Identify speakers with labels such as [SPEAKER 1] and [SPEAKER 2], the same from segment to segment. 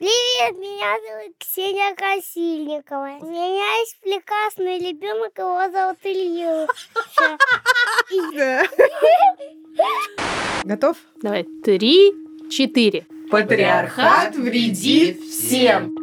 [SPEAKER 1] Привет, меня зовут Ксения Красильникова. У меня есть прекрасный ребенок, его зовут Илья.
[SPEAKER 2] Готов?
[SPEAKER 3] Давай, три, четыре.
[SPEAKER 4] Патриархат вредит всем.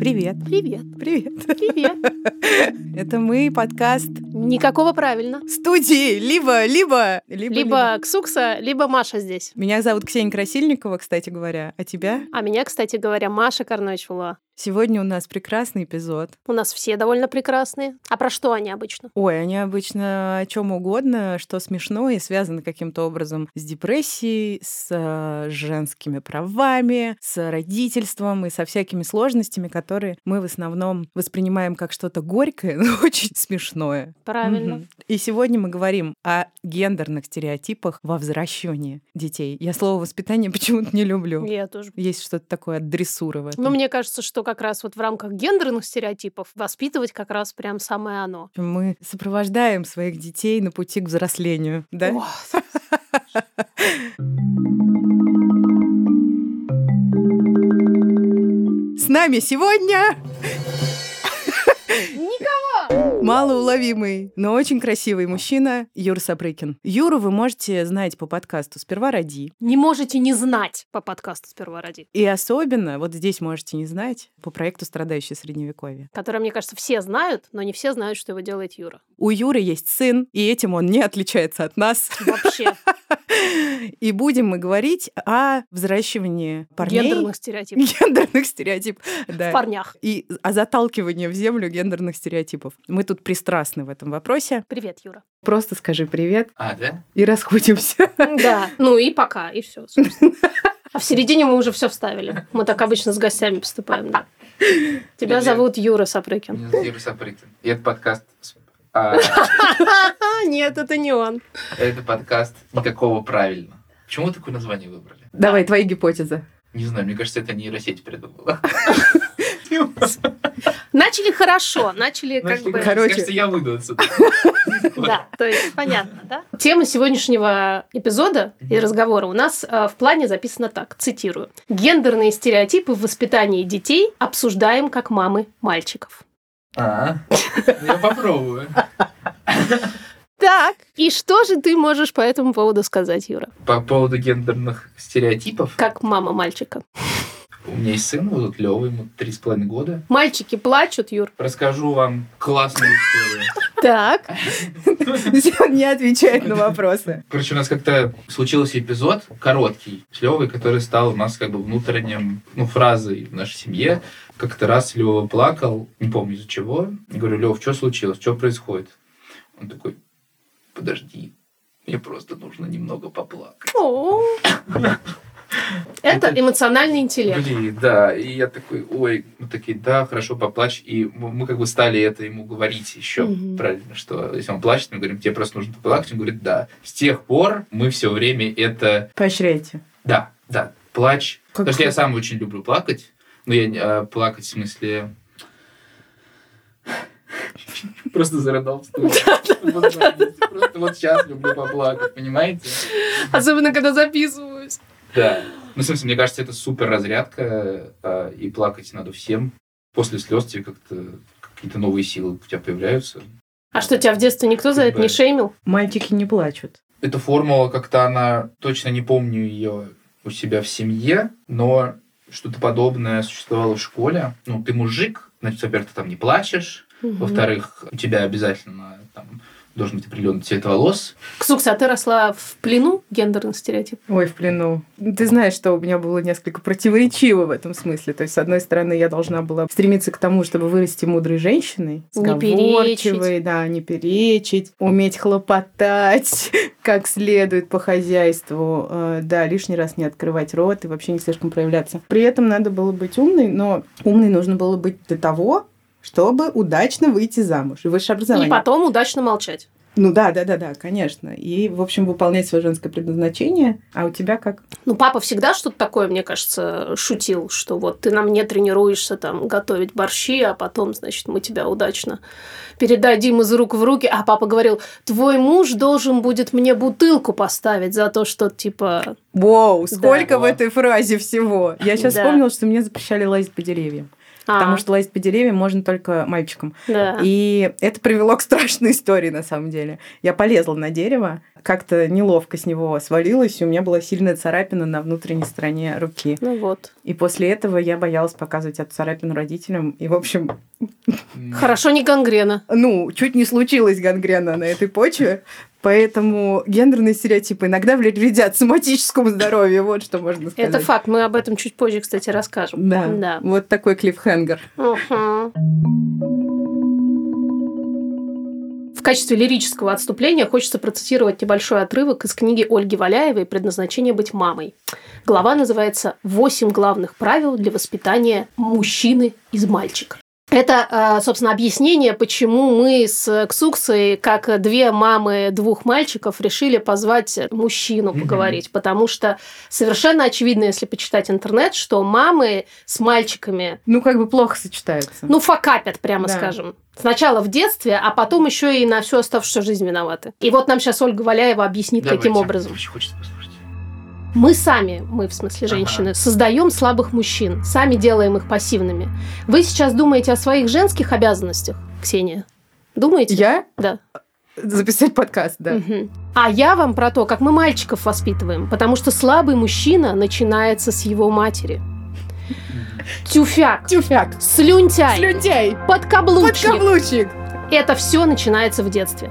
[SPEAKER 2] Привет.
[SPEAKER 3] Привет,
[SPEAKER 2] Привет.
[SPEAKER 3] привет.
[SPEAKER 2] Это мы, подкаст
[SPEAKER 3] Никакого правильно.
[SPEAKER 2] студии либо, либо, либо,
[SPEAKER 3] Либо Ксукса, либо Маша здесь.
[SPEAKER 2] Меня зовут Ксения Красильникова, кстати говоря, а тебя?
[SPEAKER 3] А меня, кстати говоря, Маша Карночула.
[SPEAKER 2] Сегодня у нас прекрасный эпизод.
[SPEAKER 3] У нас все довольно прекрасные. А про что они обычно?
[SPEAKER 2] Ой, они обычно о чем угодно, что смешно и связано каким-то образом с депрессией, с э, женскими правами, с родительством и со всякими сложностями, которые мы в основном воспринимаем как что-то горькое, но очень смешное.
[SPEAKER 3] Правильно.
[SPEAKER 2] Мгм. И сегодня мы говорим о гендерных стереотипах во взращивании детей. Я слово воспитание почему-то не люблю.
[SPEAKER 3] Я тоже.
[SPEAKER 2] Есть что-то такое от дрессуры в этом.
[SPEAKER 3] Но мне кажется, что как раз вот в рамках гендерных стереотипов воспитывать как раз прям самое оно.
[SPEAKER 2] Мы сопровождаем своих детей на пути к взрослению, да?
[SPEAKER 3] Вот.
[SPEAKER 2] С нами сегодня... Никого! Малоуловимый, но очень красивый мужчина Юра Сапрыкин. Юру вы можете знать по подкасту «Сперва ради»,
[SPEAKER 3] Не можете не знать по подкасту «Сперва ради»,
[SPEAKER 2] И особенно, вот здесь можете не знать, по проекту «Страдающие средневековье».
[SPEAKER 3] который, мне кажется, все знают, но не все знают, что его делает Юра.
[SPEAKER 2] У Юры есть сын, и этим он не отличается от нас.
[SPEAKER 3] Вообще.
[SPEAKER 2] И будем мы говорить о взращивании парней.
[SPEAKER 3] Гендерных стереотипов.
[SPEAKER 2] Гендерных стереотипов. Да.
[SPEAKER 3] В парнях.
[SPEAKER 2] И о заталкивании в землю гендерных стереотипов. Мы тут пристрастны в этом вопросе.
[SPEAKER 3] Привет, Юра.
[SPEAKER 2] Просто скажи привет
[SPEAKER 4] А, да?
[SPEAKER 2] и расходимся.
[SPEAKER 3] Да. Ну и пока, и все, А в середине мы уже все вставили. Мы так обычно с гостями поступаем, да. Тебя
[SPEAKER 4] Привет.
[SPEAKER 3] зовут Юра Сапрыкин.
[SPEAKER 4] Меня зовут Юрий Сапрыкин. И это подкаст... с- а,
[SPEAKER 3] А, Нет, это не он.
[SPEAKER 4] это подкаст никакого правильно. Почему вы такое название выбрали?
[SPEAKER 2] Давай, твои гипотезы.
[SPEAKER 4] Не знаю, мне кажется, это нейросеть придумала.
[SPEAKER 3] Начали хорошо, начали как
[SPEAKER 4] Знаешь,
[SPEAKER 3] бы...
[SPEAKER 4] мне
[SPEAKER 2] Короче.
[SPEAKER 4] Кажется, я выйду отсюда.
[SPEAKER 3] Да, то есть понятно, да? Тема сегодняшнего эпизода и разговора у нас э, в плане записана так, цитирую. «Гендерные стереотипы в воспитании детей обсуждаем как мамы мальчиков».
[SPEAKER 4] А, Я попробую.
[SPEAKER 3] Так, и что же ты можешь по этому поводу сказать, Юра?
[SPEAKER 4] По поводу гендерных стереотипов.
[SPEAKER 3] Как мама мальчика.
[SPEAKER 4] У меня есть сын, вот Лёва, ему три с половиной года.
[SPEAKER 3] Мальчики плачут, Юр.
[SPEAKER 4] Расскажу вам классную историю.
[SPEAKER 3] Так.
[SPEAKER 2] Он не отвечает на вопросы.
[SPEAKER 4] Короче, у нас как-то случился эпизод короткий с Левой, который стал у нас как бы внутренним, ну, фразой в нашей семье. Как-то раз Лева плакал, не помню из-за чего. Я говорю, Лев, что случилось? Что происходит? Он такой, подожди, мне просто нужно немного поплакать.
[SPEAKER 3] О. Это эмоциональный интеллект.
[SPEAKER 4] Блин, да. И я такой, ой, мы такие, да, хорошо, поплачь. И мы, мы как бы стали это ему говорить еще,
[SPEAKER 3] Мгм.
[SPEAKER 4] правильно, что если он плачет, мы говорим, тебе просто нужно поплакать. Он говорит, да. С тех пор мы все время это
[SPEAKER 2] Поощряйте.
[SPEAKER 4] Да, да, плач.
[SPEAKER 2] Как-
[SPEAKER 4] Потому что я сам очень люблю плакать. Но я не- а, плакать в смысле... Просто зарыдал в стуле. Просто вот сейчас люблю поплакать, понимаете?
[SPEAKER 3] Особенно, когда записываюсь.
[SPEAKER 4] Да. Ну, в смысле, мне кажется, это супер разрядка, а, и плакать надо всем. После слез тебе как-то какие-то новые силы у тебя появляются.
[SPEAKER 3] А что, тебя в детстве никто за это не шеймил?
[SPEAKER 2] Мальчики не плачут.
[SPEAKER 4] Эта формула как-то она, точно не помню ее у себя в семье, но что-то подобное существовало в школе. Ну, ты мужик, значит, во-первых, ты там не плачешь, во-вторых, у тебя обязательно там должен быть определенный цвет волос.
[SPEAKER 3] Ксукса, а ты росла в плену гендерных стереотипов?
[SPEAKER 2] Ой, в плену. Ну, Ты знаешь, что у меня было несколько противоречиво в этом смысле. То есть, с одной стороны, я должна была стремиться к тому, чтобы вырасти мудрой женщиной,
[SPEAKER 3] Не
[SPEAKER 2] сговорчивой, да, не перечить, уметь хлопотать как следует по хозяйству, э, да, лишний раз не открывать рот и вообще не слишком проявляться. При этом надо было быть умной, но умной нужно было быть до того, чтобы удачно выйти замуж и высшее
[SPEAKER 3] И
[SPEAKER 2] образование.
[SPEAKER 3] потом удачно молчать.
[SPEAKER 2] Ну да, да, да, да, конечно. И, в общем, выполнять свое женское предназначение. А у тебя как?
[SPEAKER 3] Ну, папа всегда что-то такое, мне кажется, шутил, что вот ты на мне тренируешься там готовить борщи, а потом, значит, мы тебя удачно передадим из рук в руки. А папа говорил, твой муж должен будет мне бутылку поставить за то, что, типа,
[SPEAKER 2] Воу, сколько
[SPEAKER 4] Да.
[SPEAKER 2] в этой фразе всего! Я сейчас
[SPEAKER 3] Да.
[SPEAKER 2] вспомнила, что мне запрещали лазить по деревьям.
[SPEAKER 3] а,
[SPEAKER 2] Потому что лазить по деревьям можно только мальчикам.
[SPEAKER 3] да.
[SPEAKER 2] И это привело к страшной истории, на самом деле. Я полезла на дерево, как-то неловко с него свалилась, и у меня была сильная царапина на внутренней стороне руки.
[SPEAKER 3] Ну вот.
[SPEAKER 2] И после этого я боялась показывать эту царапину родителям. И, в общем,
[SPEAKER 3] Хорошо, не гангрена.
[SPEAKER 2] ну, чуть не случилась гангрена на этой почве. Поэтому гендерные стереотипы иногда вредят соматическому здоровью. Вот что можно сказать.
[SPEAKER 3] Это факт. Мы об этом чуть позже, кстати, расскажем.
[SPEAKER 2] Да.
[SPEAKER 3] Да.
[SPEAKER 2] Вот такой клиффхенгер.
[SPEAKER 3] Мгм. В качестве лирического отступления хочется процитировать небольшой отрывок из книги Ольги Валяевой «Предназначение быть мамой». Глава называется «Восемь главных правил для воспитания мужчины из мальчика». Это, э, собственно, объяснение, почему мы с Ксуксой, как две мамы двух мальчиков, решили позвать мужчину
[SPEAKER 4] Мгм.
[SPEAKER 3] поговорить. Потому что совершенно очевидно, если почитать интернет, что мамы с мальчиками
[SPEAKER 2] Ну, как бы плохо сочетается.
[SPEAKER 3] ну, факапят, прямо
[SPEAKER 2] Да.
[SPEAKER 3] скажем. Сначала в детстве, а потом еще и на всю оставшуюся жизнь виноваты. И вот нам сейчас Ольга Валяева объяснит, каким образом.
[SPEAKER 4] Хочется послушать.
[SPEAKER 3] Мы сами, мы в смысле
[SPEAKER 4] Ага.
[SPEAKER 3] женщины, создаем слабых мужчин, сами делаем их пассивными. Вы сейчас думаете о своих женских обязанностях, Ксения? Думаете?
[SPEAKER 2] Я?
[SPEAKER 3] Да.
[SPEAKER 2] Записать подкаст, да.
[SPEAKER 3] Мгм. А я вам про то, как мы мальчиков воспитываем, потому что слабый мужчина начинается с его матери. Тюфяк,
[SPEAKER 2] Тюфяк.
[SPEAKER 3] слюнтяй,
[SPEAKER 2] Слюнтяй.
[SPEAKER 3] подкаблучник.
[SPEAKER 2] Подкаблучник.
[SPEAKER 3] Это все начинается в детстве.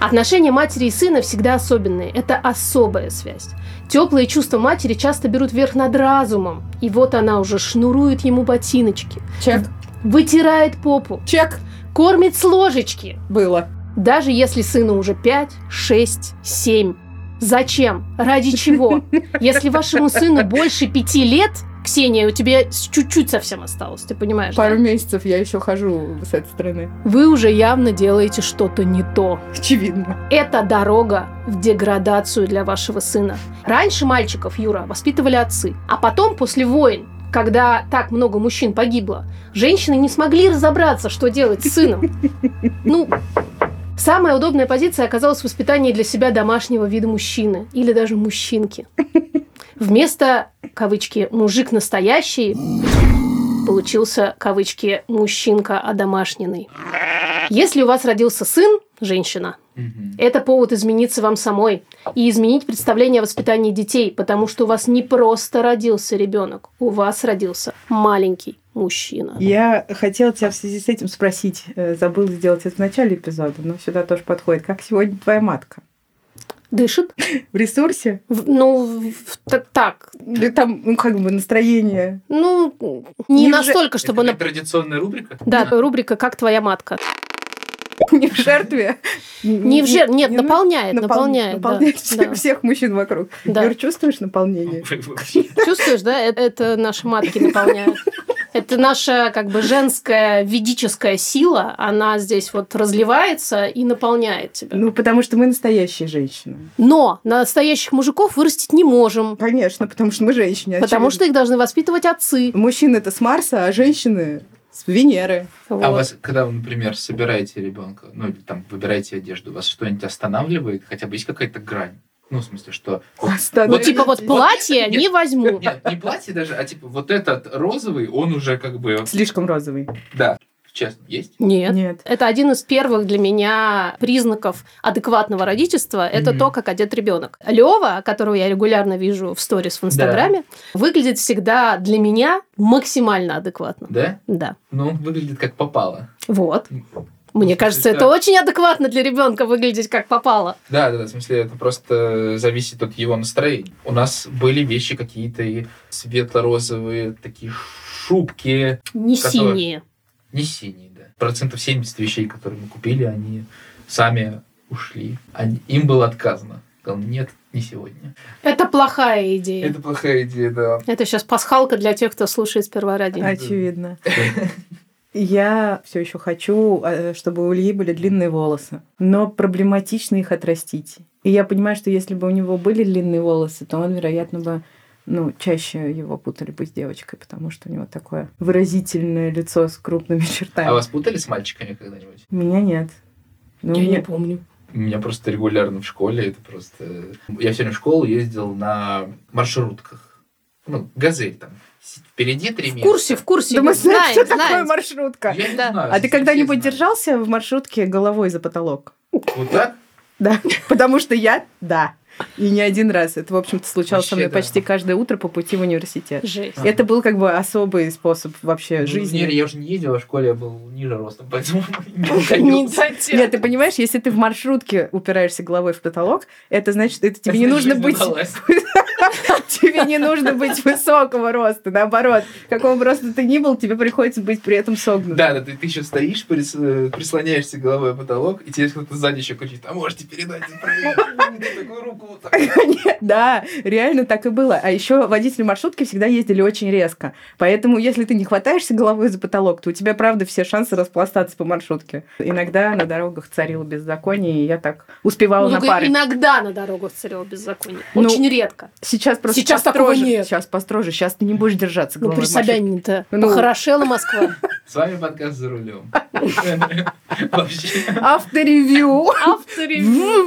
[SPEAKER 3] Отношения матери и сына всегда особенные. Это особая связь. Теплые чувства матери часто берут верх над разумом. И вот она уже шнурует ему ботиночки,
[SPEAKER 2] Чек.
[SPEAKER 3] вытирает попу,
[SPEAKER 2] Чек.
[SPEAKER 3] кормит с ложечки.
[SPEAKER 2] Было.
[SPEAKER 3] Даже если сыну уже 5, 6, 7. Зачем? Ради чего? Если вашему сыну больше 5 лет, Ксения, у тебя с- чуть-чуть совсем осталось, ты понимаешь? да?
[SPEAKER 2] Пару месяцев я еще хожу с этой стороны.
[SPEAKER 3] Вы уже явно делаете что-то не то.
[SPEAKER 2] Очевидно.
[SPEAKER 3] Это дорога в деградацию для вашего сына. Раньше мальчиков, Юра, воспитывали отцы. А потом, после войн, когда так много мужчин погибло, женщины не смогли разобраться, что делать с сыном. Ну, самая удобная позиция оказалась воспитание для себя домашнего вида мужчины. Или даже мужчинки. Вместо, кавычки, «мужик настоящий» получился, кавычки, «мужчинка одомашненный». Если у вас родился сын, женщина,
[SPEAKER 4] Мгм.
[SPEAKER 3] это повод измениться вам самой и изменить представление о воспитании детей, потому что у вас не просто родился ребенок, у вас родился маленький мужчина.
[SPEAKER 2] Я хотела тебя в связи с этим спросить. э, Забыла сделать это в начале эпизода, но сюда тоже подходит. Как сегодня твоя матка?
[SPEAKER 3] Дышит?
[SPEAKER 2] В ресурсе?
[SPEAKER 3] В- ну, в- так, так.
[SPEAKER 2] Или там, ну, как бы настроение?
[SPEAKER 3] Ну, не
[SPEAKER 2] Неужели-
[SPEAKER 3] настолько, чтобы
[SPEAKER 4] Это
[SPEAKER 3] она...
[SPEAKER 4] как традиционная рубрика?
[SPEAKER 3] Да, рубрика «Как твоя матка».
[SPEAKER 2] Не в жертве.
[SPEAKER 3] Не в жер- Нет,
[SPEAKER 2] не-
[SPEAKER 3] наполняет,
[SPEAKER 2] напол-
[SPEAKER 3] А, наполняет. да,
[SPEAKER 2] наполняет всех-
[SPEAKER 3] да.
[SPEAKER 2] всех мужчин вокруг.
[SPEAKER 3] Да.
[SPEAKER 2] Юр, чувствуешь наполнение?
[SPEAKER 3] Чувствуешь, да? Э- Это наши матки наполняют. Это наша как бы женская ведическая сила, она здесь вот разливается и наполняет тебя.
[SPEAKER 2] Ну, потому что мы настоящие женщины.
[SPEAKER 3] Но настоящих мужиков вырастить не можем,
[SPEAKER 2] Конечно, потому что мы женщины.
[SPEAKER 3] потому что
[SPEAKER 2] очевидно.
[SPEAKER 3] их должны воспитывать отцы.
[SPEAKER 2] мужчины это с Марса, а женщины с Венеры.
[SPEAKER 3] Вот.
[SPEAKER 4] А вас, когда вы, например, собираете ребенка, ну или там выбираете одежду, вас что-нибудь останавливает? Хотя бы есть какая-то грань? Ну, в смысле, что...
[SPEAKER 3] Ну,
[SPEAKER 4] Вот
[SPEAKER 3] типа вот
[SPEAKER 4] вот
[SPEAKER 3] платье
[SPEAKER 4] это-
[SPEAKER 3] не возьму.
[SPEAKER 4] Нет, не платье даже, а типа вот этот розовый, он уже как бы...
[SPEAKER 2] Слишком розовый.
[SPEAKER 4] Да, честно, есть?
[SPEAKER 3] Нет.
[SPEAKER 2] Нет.
[SPEAKER 3] Это один из первых для меня признаков адекватного родительства. Это
[SPEAKER 4] Мгм.
[SPEAKER 3] то, как одет ребенок. Лева, которого я регулярно вижу в сторис в Инстаграме, выглядит всегда для меня максимально адекватно.
[SPEAKER 4] Да?
[SPEAKER 3] Да.
[SPEAKER 4] Ну, он выглядит как попало.
[SPEAKER 3] Вот.
[SPEAKER 4] Ну,
[SPEAKER 3] Мне
[SPEAKER 4] в смысле,
[SPEAKER 3] кажется, это
[SPEAKER 4] да.
[SPEAKER 3] очень адекватно для ребенка выглядеть как попало.
[SPEAKER 4] Да, да, да, в смысле, это просто зависит от его настроения. У нас были вещи какие-то и светло-розовые, такие шубки,
[SPEAKER 3] Не
[SPEAKER 4] Который-
[SPEAKER 3] синие.
[SPEAKER 4] не синие, да. Процентов 70 вещей, которые мы купили, они сами ушли. Они- им было отказано. Сказал, нет, не сегодня.
[SPEAKER 3] Это плохая идея.
[SPEAKER 4] Это плохая идея, да.
[SPEAKER 3] Это сейчас пасхалка для тех, кто слушает сперва ради.
[SPEAKER 2] Очевидно. Я все еще хочу, э, чтобы у Ильи были длинные волосы, но проблематично их отрастить. И я понимаю, что если бы у него были длинные волосы, то он, вероятно, бы ну, чаще его путали бы с девочкой, потому что у него такое выразительное лицо с крупными чертами.
[SPEAKER 4] А вас путали с мальчиками когда-нибудь?
[SPEAKER 2] Меня нет. Ну,
[SPEAKER 5] Я
[SPEAKER 2] мне-
[SPEAKER 5] не помню.
[SPEAKER 4] Меня просто регулярно в школе, это просто... Я все время в школу ездил на маршрутках. Ну, «Газель» там. С- Впереди три
[SPEAKER 3] В
[SPEAKER 4] месяца.
[SPEAKER 3] курсе, в курсе.
[SPEAKER 2] Да мы знаем,
[SPEAKER 3] знаем,
[SPEAKER 2] что такое
[SPEAKER 3] знаем.
[SPEAKER 2] маршрутка.
[SPEAKER 4] Я не
[SPEAKER 3] Да.
[SPEAKER 4] знаю,
[SPEAKER 2] А ты
[SPEAKER 4] все
[SPEAKER 2] когда-нибудь
[SPEAKER 4] знают.
[SPEAKER 2] держался в маршрутке головой за потолок?
[SPEAKER 4] Вот так?
[SPEAKER 2] Да, потому что я – да. И не один раз. Это, в общем-то, случалось со
[SPEAKER 4] Вообще,
[SPEAKER 2] мной
[SPEAKER 4] да.
[SPEAKER 2] почти каждое утро по пути в университет.
[SPEAKER 3] Жесть.
[SPEAKER 4] Да.
[SPEAKER 2] Это был как бы особый способ вообще
[SPEAKER 4] Ну,
[SPEAKER 2] жизни.
[SPEAKER 4] не, я уже не ездил, а в школе я был ниже ростом, поэтому не
[SPEAKER 3] Не
[SPEAKER 4] уходил.
[SPEAKER 3] затем.
[SPEAKER 2] Нет, ты понимаешь, если ты в маршрутке упираешься головой в потолок, это значит, это тебе не
[SPEAKER 4] Жизнь
[SPEAKER 2] нужно быть...
[SPEAKER 4] удалась.
[SPEAKER 2] Тебе не нужно быть высокого роста, наоборот. Какого бы роста ты ни был, тебе приходится быть при этом согнутым.
[SPEAKER 4] Да, да, ты, ты еще стоишь, прис- э, прислоняешься головой о потолок, и тебе кто-то сзади еще кричит, а можете передать за проезд?» И ты такую руку вот так.
[SPEAKER 2] Да, реально так и было. А еще водители маршрутки всегда ездили очень резко. Поэтому, если ты не хватаешься головой за потолок, то у тебя, правда, все шансы распластаться по маршрутке. Иногда на дорогах царило беззаконие, и я так успевала
[SPEAKER 3] Ну,
[SPEAKER 2] на
[SPEAKER 3] только
[SPEAKER 2] пары.
[SPEAKER 3] иногда на дорогах царило беззаконие.
[SPEAKER 2] Ну,
[SPEAKER 3] Очень редко.
[SPEAKER 2] Сейчас просто
[SPEAKER 5] Сейчас такого
[SPEAKER 2] построже.
[SPEAKER 5] нет.
[SPEAKER 2] Сейчас построже. Сейчас ты не будешь держаться
[SPEAKER 3] Ну,
[SPEAKER 2] головой
[SPEAKER 3] при
[SPEAKER 2] в маршрутке.
[SPEAKER 3] Собянине-то
[SPEAKER 2] Ну.
[SPEAKER 3] похорошела Москва.
[SPEAKER 4] С вами подкаст «За рулем». Вообще.
[SPEAKER 2] Авторевью.
[SPEAKER 3] Авторе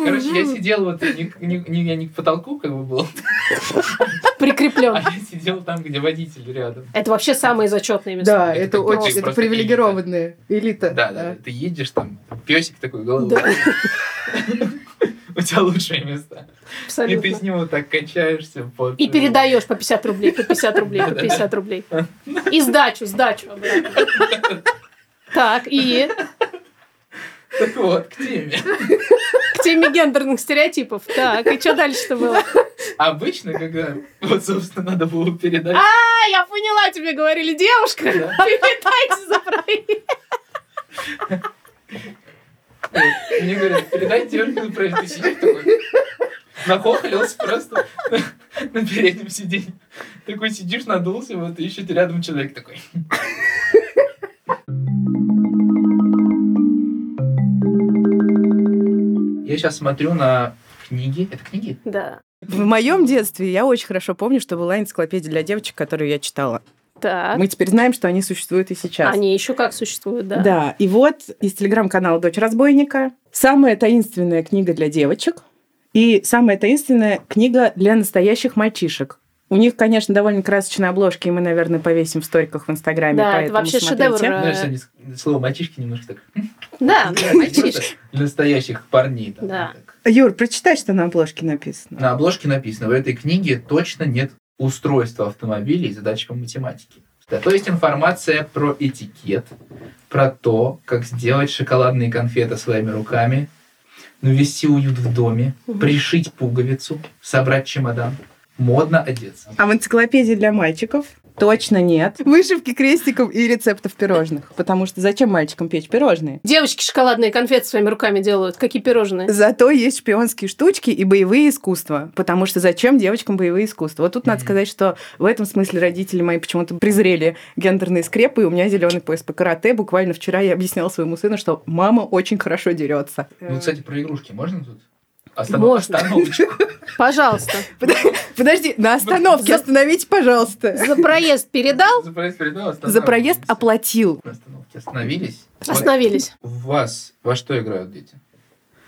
[SPEAKER 4] Короче, я сидел вот, не, не- не- я не к потолку как бы был, а
[SPEAKER 3] прикреплен.
[SPEAKER 4] я сидел там, где водитель рядом.
[SPEAKER 3] Это вообще самые зачетные места.
[SPEAKER 2] Да,
[SPEAKER 4] Это
[SPEAKER 2] это
[SPEAKER 4] как
[SPEAKER 2] очень
[SPEAKER 4] топик
[SPEAKER 2] это
[SPEAKER 4] просто
[SPEAKER 2] привилегированная элита.
[SPEAKER 4] Да, да, ты едешь там, песик такой голову.
[SPEAKER 3] Да.
[SPEAKER 4] У тебя лучшие места. И ты
[SPEAKER 3] Абсолютно.
[SPEAKER 4] с ним вот так качаешься. под-
[SPEAKER 3] И передаешь по 50 рублей, по 50 рублей, по 50 рублей. И сдачу, сдачу обратно. Так, и
[SPEAKER 4] э, Так вот, к теме.
[SPEAKER 3] к теме гендерных стереотипов. Так, и что дальше-то было?
[SPEAKER 4] Обычно, когда, вот, собственно, надо было передать.
[SPEAKER 3] А, я поняла, тебе говорили, девушка,
[SPEAKER 4] Да.
[SPEAKER 3] передайте за проезд.
[SPEAKER 4] Вот. Мне говорят, передай Дёркину проезд. Ты сидишь такой, нахохлился просто на переднем сиденье. Такой сидишь, надулся, вот, и еще рядом человек такой. Я сейчас смотрю на книги. Это книги?
[SPEAKER 3] Да,
[SPEAKER 2] В моем детстве я очень хорошо помню, что была энциклопедия для девочек, которую я читала.
[SPEAKER 3] так.
[SPEAKER 2] Мы теперь знаем, что они существуют и сейчас.
[SPEAKER 3] Они еще как существуют, да?
[SPEAKER 2] Да. и вот из телеграм-канала «Дочь разбойника» самая таинственная книга для девочек и самая таинственная книга для настоящих мальчишек. У них, конечно, довольно красочные обложки, и мы, наверное, повесим в сториках в Инстаграме.
[SPEAKER 3] Да, это
[SPEAKER 2] поэтому
[SPEAKER 3] вообще
[SPEAKER 2] смотрите.
[SPEAKER 3] шедевр. Э.
[SPEAKER 4] Знаешь, они с- слово мальчишки немножко так.
[SPEAKER 3] Да, мальчишки.
[SPEAKER 4] Для настоящих парней. там,
[SPEAKER 3] Да.
[SPEAKER 4] так.
[SPEAKER 2] Юр, прочитай, что на обложке написано.
[SPEAKER 4] На обложке написано, в этой книге точно нет устройства автомобилей и задач по математике. Да, то есть информация про этикет, про то, как сделать шоколадные конфеты своими руками, навести уют в доме,
[SPEAKER 3] Мгм.
[SPEAKER 4] пришить пуговицу, собрать чемодан, модно одеться.
[SPEAKER 2] А в энциклопедии для мальчиков точно нет. Вышивки крестиков и рецептов пирожных. Потому что зачем мальчикам печь пирожные?
[SPEAKER 3] Девочки шоколадные конфеты своими руками делают. Какие пирожные?
[SPEAKER 2] Зато есть шпионские штучки и боевые искусства. Потому что зачем девочкам боевые искусства? Вот тут надо
[SPEAKER 4] Мгм.
[SPEAKER 2] сказать, что в этом смысле родители мои почему-то презрели гендерные скрепы, и у меня зеленый пояс по карате. Буквально вчера я объясняла своему сыну, что мама очень хорошо дерется.
[SPEAKER 4] Ну, кстати, про игрушки можно тут? Останов-
[SPEAKER 3] Можно.
[SPEAKER 4] остановочку.
[SPEAKER 3] Пожалуйста.
[SPEAKER 2] Подожди, на остановке
[SPEAKER 3] За-
[SPEAKER 2] остановите, пожалуйста.
[SPEAKER 3] За проезд передал?
[SPEAKER 4] За проезд передал,
[SPEAKER 2] За проезд
[SPEAKER 4] останавливаемся.
[SPEAKER 2] оплатил.
[SPEAKER 4] На остановке остановились. Вот
[SPEAKER 3] Остановились.
[SPEAKER 4] у вас во что играют дети?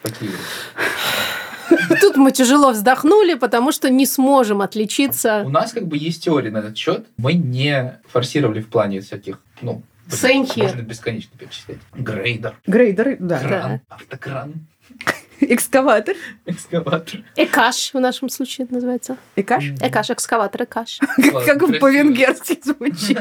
[SPEAKER 4] Какие игры?
[SPEAKER 3] Тут мы тяжело вздохнули, потому что не сможем
[SPEAKER 4] У
[SPEAKER 3] отличиться.
[SPEAKER 4] нас как бы есть теория на этот счет. Мы не форсировали в плане всяких, ну, блин,
[SPEAKER 3] Same here.
[SPEAKER 4] можно бесконечно перечислять. Грейдер,
[SPEAKER 2] Грейдеры, да.
[SPEAKER 4] кран, автокран,
[SPEAKER 2] Экскаватор.
[SPEAKER 4] экскаватор.
[SPEAKER 3] Экаш в нашем случае это называется.
[SPEAKER 2] И каш.
[SPEAKER 3] Экаш, экскаватор, экаш.
[SPEAKER 4] Ладно,
[SPEAKER 2] Как
[SPEAKER 4] красиво.
[SPEAKER 2] по-венгерски звучит.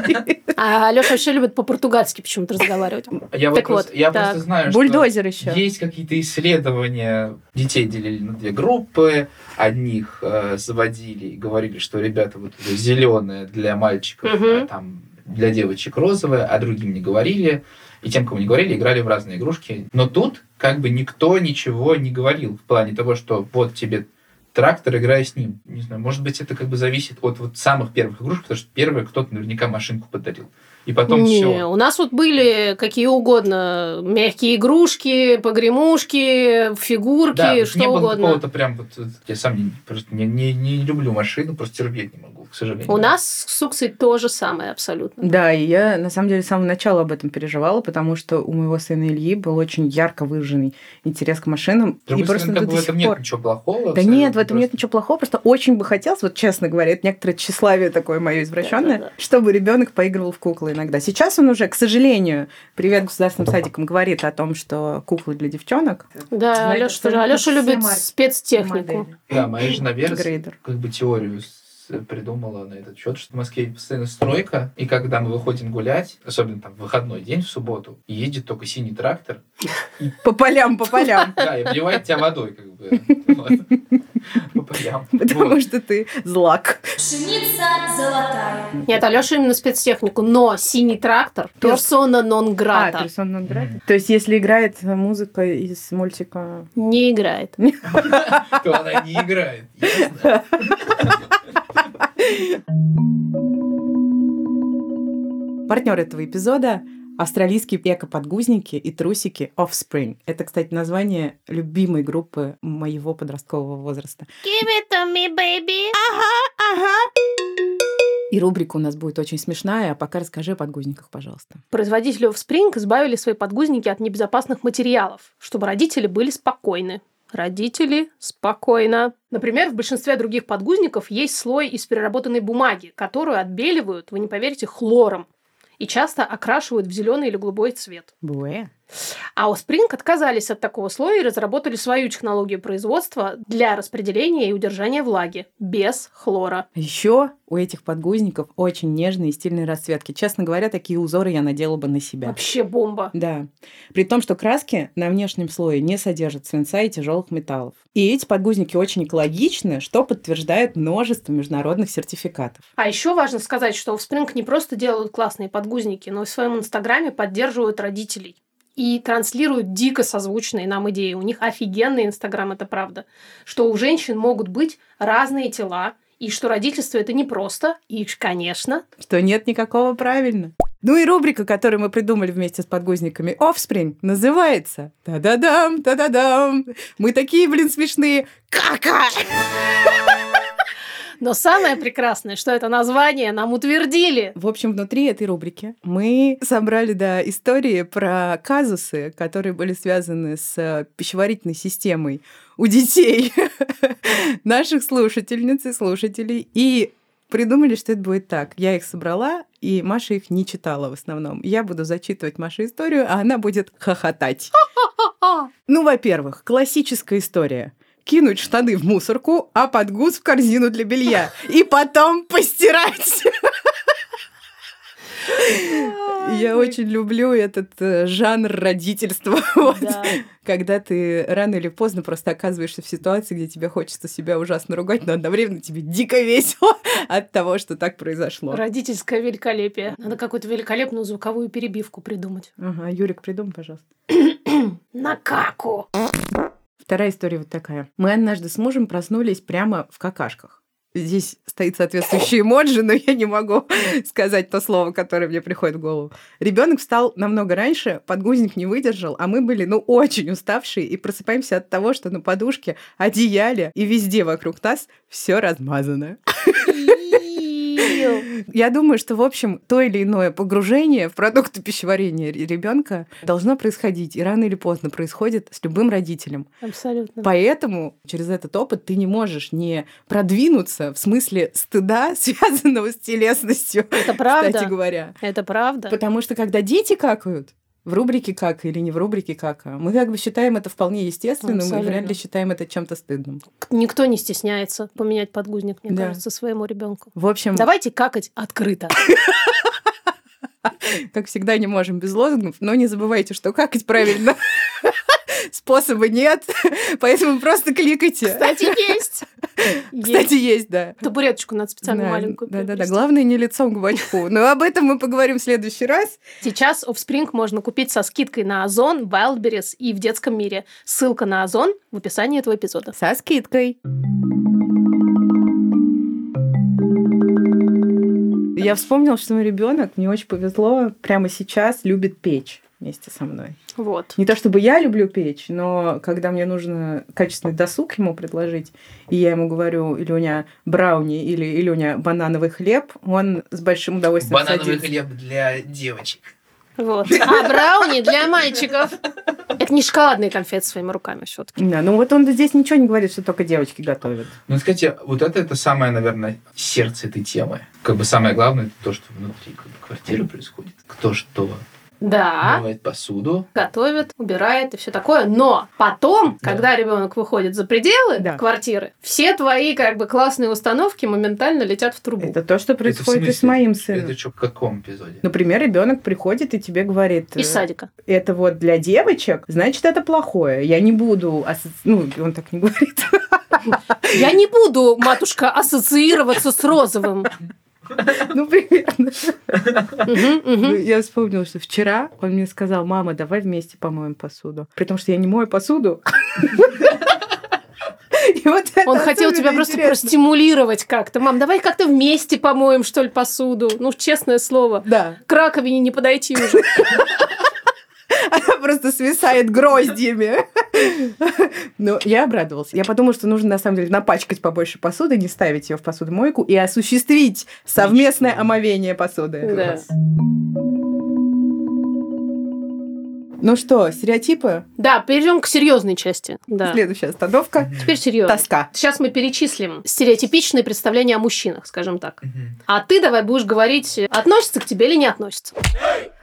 [SPEAKER 3] А Леша вообще любит по-португальски почему-то разговаривать.
[SPEAKER 4] Я, вот
[SPEAKER 3] Так
[SPEAKER 4] просто,
[SPEAKER 3] вот,
[SPEAKER 4] я
[SPEAKER 3] так.
[SPEAKER 4] просто знаю,
[SPEAKER 2] Бульдозер
[SPEAKER 4] что
[SPEAKER 2] еще.
[SPEAKER 4] есть какие-то исследования. Детей делили на две группы. Одних э, заводили и говорили, что ребята вот зеленые для мальчиков,
[SPEAKER 3] Мгм.
[SPEAKER 4] а там для девочек розовые, а другим не говорили. И тем, кому не говорили, играли в разные игрушки. Но тут как бы никто ничего не говорил в плане того, что вот тебе трактор, играй с ним. Не знаю, может быть, это как бы зависит от вот самых первых игрушек, потому что первые кто-то наверняка машинку подарил. и потом
[SPEAKER 3] не,
[SPEAKER 4] все.
[SPEAKER 3] у нас вот были какие угодно мягкие игрушки, погремушки, фигурки,
[SPEAKER 4] Да, вот
[SPEAKER 3] что
[SPEAKER 4] не было
[SPEAKER 3] угодно.
[SPEAKER 4] какого-то прям вот, вот я сам не, просто не, не, не люблю машину, просто терпеть не могу, к сожалению.
[SPEAKER 3] У нас с Суксой то же самое абсолютно.
[SPEAKER 2] Да, и я на самом деле с самого начала об этом переживала, потому что у моего сына Ильи был очень ярко выраженный интерес к машинам.
[SPEAKER 4] С другой
[SPEAKER 2] и просто
[SPEAKER 4] стороны, как
[SPEAKER 2] до
[SPEAKER 4] бы в
[SPEAKER 2] сих
[SPEAKER 4] этом нет
[SPEAKER 2] пор.
[SPEAKER 4] ничего плохого.
[SPEAKER 2] Да
[SPEAKER 4] абсолютно,
[SPEAKER 2] нет, в этом нет
[SPEAKER 4] просто.
[SPEAKER 2] ничего плохого, просто очень бы хотелось, вот честно говоря, это некоторое тщеславие такое мое извращенное,
[SPEAKER 3] Да-да-да.
[SPEAKER 2] чтобы ребенок поигрывал в куклы иногда. Сейчас он уже, к сожалению, привет государственным садикам, говорит о том, что куклы для девчонок.
[SPEAKER 3] Да,
[SPEAKER 2] Знаете,
[SPEAKER 3] Алёша тоже.
[SPEAKER 2] абсолютно
[SPEAKER 3] Алёша
[SPEAKER 2] все
[SPEAKER 3] любит
[SPEAKER 2] марки,
[SPEAKER 3] спецтехнику.
[SPEAKER 2] модели.
[SPEAKER 4] Да, моя жена Вера
[SPEAKER 2] Грейдер.
[SPEAKER 4] как бы теорию с- э, придумала на этот счет, что в Москве постоянно стройка, и когда мы выходим гулять, особенно там в выходной день, в субботу, едет только синий трактор,
[SPEAKER 2] По полям, по полям.
[SPEAKER 4] да, и обливает тебя водой, как бы. Вот. По полям.
[SPEAKER 2] Потому
[SPEAKER 4] Вот.
[SPEAKER 2] что ты злак.
[SPEAKER 5] Пшеница золотая.
[SPEAKER 3] Нет, Алёша именно спецтехнику, но синий трактор, персона нон
[SPEAKER 2] А,
[SPEAKER 3] грата,
[SPEAKER 2] персона нон грата.
[SPEAKER 4] Мгм.
[SPEAKER 2] То есть, если играет музыка из мультика...
[SPEAKER 3] не играет.
[SPEAKER 4] То она не играет. ясно.
[SPEAKER 2] Партнер этого эпизода – австралийские эко-подгузники и трусики Offspring. Это, кстати, название любимой группы моего подросткового возраста.
[SPEAKER 1] Give it to me, baby.
[SPEAKER 2] И рубрика у нас будет очень смешная, а пока расскажи о подгузниках, пожалуйста.
[SPEAKER 3] Производители Offspring избавили свои подгузники от небезопасных материалов, чтобы родители были спокойны. Родители спокойно. Например, в большинстве других подгузников есть слой из переработанной бумаги, которую отбеливают, вы не поверите, хлором и часто окрашивают в зеленый или голубой цвет.
[SPEAKER 2] Буэ.
[SPEAKER 3] А Offspring отказались от такого слоя и разработали свою технологию производства для распределения и удержания влаги без хлора.
[SPEAKER 2] Еще А у этих подгузников очень нежные и стильные расцветки. Честно говоря, такие узоры я надела бы на себя.
[SPEAKER 3] Вообще бомба.
[SPEAKER 2] Да. При том, что краски на внешнем слое не содержат свинца и тяжелых металлов. И эти подгузники очень экологичны, что подтверждает множество международных сертификатов.
[SPEAKER 3] А еще важно сказать, что Offspring не просто делают классные подгузники, но и в своем инстаграме поддерживают родителей и транслируют дико созвучные нам идеи. У них офигенный инстаграм, это правда. Что у женщин могут быть разные тела, и что родительство это непросто, и, конечно,
[SPEAKER 2] Что нет никакого правильно. Ну и рубрика, которую мы придумали вместе с подгузниками Offspring, называется «Та-да-дам, та-да-дам, мы такие, блин, смешные, кака!»
[SPEAKER 3] но самое прекрасное, что это название нам утвердили.
[SPEAKER 2] В общем, внутри этой рубрики мы собрали, да, истории про казусы, которые были связаны с э, пищеварительной системой у детей, наших слушательниц и слушателей, и придумали, что это будет так. Я их собрала, и Маша их не читала в основном. Я буду зачитывать Маше историю, а она будет хохотать.
[SPEAKER 3] А,
[SPEAKER 2] Ну, во-первых, классическая история. Кинуть штаны в мусорку, а подгуз в корзину для белья. И потом постирать. Я очень люблю этот э, жанр родительства. Вот.
[SPEAKER 3] Да.
[SPEAKER 2] Когда ты рано или поздно просто оказываешься в ситуации, где тебе хочется себя ужасно ругать, но одновременно тебе дико весело от того, что так произошло.
[SPEAKER 3] Родительское великолепие. Надо какую-то великолепную звуковую перебивку придумать.
[SPEAKER 2] Ага, Юрик, придумай, пожалуйста.
[SPEAKER 3] На каку!
[SPEAKER 2] Вторая история вот такая. Мы однажды с мужем проснулись прямо в какашках. Здесь стоит соответствующий эмоджи, но я не могу сказать то слово, которое мне приходит в голову. Ребенок встал намного раньше, подгузник не выдержал, а мы были, ну, очень уставшие и просыпаемся от того, что на подушке, одеяле и везде вокруг нас все размазано. Я думаю, что, в общем, то или иное погружение в продукты пищеварения ребенка должно происходить, и рано или поздно происходит с любым родителем.
[SPEAKER 3] Абсолютно.
[SPEAKER 2] Поэтому через этот опыт ты не можешь не продвинуться в смысле стыда, связанного с телесностью,
[SPEAKER 3] Это правда.
[SPEAKER 2] кстати говоря.
[SPEAKER 3] Это правда.
[SPEAKER 2] Потому что когда дети какают, в рубрике как или не в рубрике как, а, мы как бы считаем это вполне естественным и
[SPEAKER 3] Абсолютно.
[SPEAKER 2] вряд ли считаем это чем-то стыдным.
[SPEAKER 3] Никто не стесняется поменять подгузник, мне
[SPEAKER 2] Да.
[SPEAKER 3] кажется, своему ребенку.
[SPEAKER 2] В общем,
[SPEAKER 3] Давайте какать открыто.
[SPEAKER 2] как всегда, не можем без лозунгов, но не забывайте, что какать правильно. Способа нет, поэтому просто кликайте.
[SPEAKER 3] Кстати, есть. Есть.
[SPEAKER 2] Кстати, есть, да.
[SPEAKER 3] Табуреточку надо специально
[SPEAKER 2] Да,
[SPEAKER 3] маленькую
[SPEAKER 2] да, да, да.
[SPEAKER 3] приобрести.
[SPEAKER 2] Главное не лицом к бачку. Но об этом мы поговорим в следующий раз.
[SPEAKER 3] Сейчас Offspring можно купить со скидкой на Озон, Wildberries и в детском мире. Ссылка на Озон в описании этого эпизода.
[SPEAKER 2] Со скидкой. Я вспомнила, что мой ребенок, мне очень повезло, прямо сейчас любит печь вместе со мной.
[SPEAKER 3] Вот.
[SPEAKER 2] Не то чтобы я люблю печь, но когда мне нужно качественный досуг ему предложить, и я ему говорю, Илюня, брауни или Илюня, банановый хлеб, он с большим удовольствием
[SPEAKER 4] Банановый
[SPEAKER 2] садится.
[SPEAKER 4] хлеб для девочек.
[SPEAKER 3] Вот. А брауни для мальчиков. Это не шоколадные конфеты своими руками все таки
[SPEAKER 2] Да, ну вот он здесь ничего не говорит, что только девочки готовят.
[SPEAKER 4] Ну, скажите, вот это, это самое, наверное, сердце этой темы. Как бы самое главное, это то, что внутри как бы, квартиры происходит. Кто что
[SPEAKER 2] А?
[SPEAKER 3] Да.
[SPEAKER 4] моет посуду.
[SPEAKER 3] готовит, убирает и все такое. Но потом,
[SPEAKER 4] Да.
[SPEAKER 3] когда ребенок выходит за пределы
[SPEAKER 2] Да.
[SPEAKER 3] квартиры, все твои как бы классные установки моментально летят в трубу.
[SPEAKER 2] Это то, что происходит и с
[SPEAKER 4] смысле?
[SPEAKER 2] моим сыном. Ну,
[SPEAKER 4] Это что, в каком эпизоде?
[SPEAKER 2] Например, ребенок приходит и тебе говорит, э,
[SPEAKER 3] Из садика.
[SPEAKER 2] это вот для девочек, значит, это плохое. Я не буду... асоци- Ну, он так не говорит.
[SPEAKER 3] Я не буду, матушка, ассоциироваться с розовым.
[SPEAKER 2] Ну, примерно.
[SPEAKER 3] Мгм, мгм.
[SPEAKER 2] Ну, Я вспомнила, что вчера он мне сказал, мама, давай вместе помоем посуду. При том, что я не мою посуду. И вот Ну, это
[SPEAKER 3] Он хотел
[SPEAKER 2] особенно
[SPEAKER 3] тебя просто
[SPEAKER 2] интересно.
[SPEAKER 3] простимулировать как-то. Мам, давай как-то вместе помоем, что ли, посуду. Ну, честное слово.
[SPEAKER 2] Да,
[SPEAKER 3] К раковине не подойти уже.
[SPEAKER 2] она просто свисает гроздьями. Но Ну, я обрадовалась. Я подумала, что нужно на самом деле напачкать побольше посуды, не ставить ее в посудомойку и осуществить совместное
[SPEAKER 4] Отлично.
[SPEAKER 2] омовение посуды.
[SPEAKER 3] Да.
[SPEAKER 2] Ну что, стереотипы?
[SPEAKER 3] Да, перейдем к серьезной части. Да.
[SPEAKER 2] Следующая остановка.
[SPEAKER 4] Мгм.
[SPEAKER 3] Теперь серьезно.
[SPEAKER 2] Тоска.
[SPEAKER 3] Сейчас мы перечислим стереотипичные представления о мужчинах, скажем так.
[SPEAKER 4] Мгм.
[SPEAKER 3] А ты давай будешь говорить, э, относится к тебе или не относится.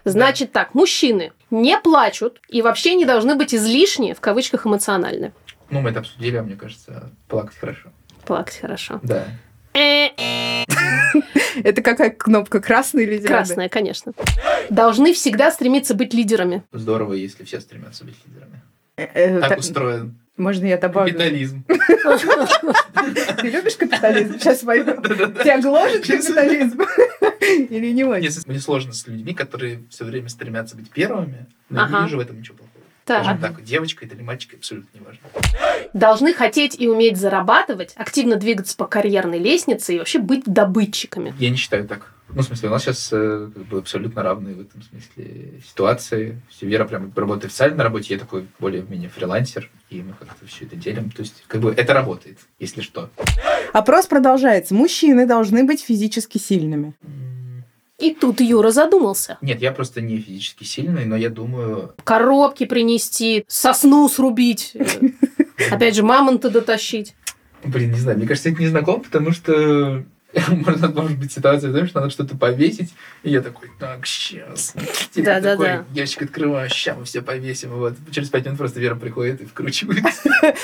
[SPEAKER 3] Значит так, мужчины не плачут и вообще не должны быть излишне, в кавычках, эмоциональны.
[SPEAKER 4] Ну, мы это обсудили, а мне кажется, плакать хорошо.
[SPEAKER 3] Плакать хорошо.
[SPEAKER 4] Да.
[SPEAKER 3] Э,
[SPEAKER 2] Это какая кнопка? Красная или зеленая?
[SPEAKER 3] Красное, конечно. Должны всегда стремиться быть лидерами.
[SPEAKER 4] Здорово, если все стремятся быть лидерами.
[SPEAKER 2] Э, э,
[SPEAKER 4] Так
[SPEAKER 2] так-
[SPEAKER 4] устроен
[SPEAKER 2] Можно я добавлю?
[SPEAKER 4] капитализм.
[SPEAKER 2] Ты любишь капитализм? Сейчас мою... Тебя гложет капитализм? Или не
[SPEAKER 4] Мне
[SPEAKER 2] очень?
[SPEAKER 4] с- Мне сложно с людьми, которые все время стремятся быть первыми, но я
[SPEAKER 3] Ага.
[SPEAKER 4] не вижу в этом ничего плохого.
[SPEAKER 3] Так.
[SPEAKER 4] Скажем так, девочка это или мальчик, абсолютно не важно.
[SPEAKER 3] Должны хотеть и уметь зарабатывать, активно двигаться по карьерной лестнице и вообще быть добытчиками.
[SPEAKER 4] Я не считаю так. Ну, в смысле, у нас сейчас э, как бы абсолютно равные в этом смысле ситуации. Все Вера прям работает официально на работе, я такой более-менее фрилансер, и мы как-то все это делим. То есть, как бы это работает, если что.
[SPEAKER 2] Опрос продолжается. Мужчины должны быть физически сильными.
[SPEAKER 4] М,
[SPEAKER 3] И тут Юра задумался.
[SPEAKER 4] Нет, я просто не физически сильный, но я думаю,
[SPEAKER 3] Коробки принести, сосну срубить, э, опять же, мамонта дотащить.
[SPEAKER 4] блин, не знаю, мне кажется, я это не знаком, потому что может, может быть ситуация, знаешь, надо что-то повесить, и я такой, так, сейчас.
[SPEAKER 3] Да-да-да.
[SPEAKER 4] Ящик открываю, сейчас мы все повесим. и Вот. Через пять минут просто Вера приходит и вкручивает.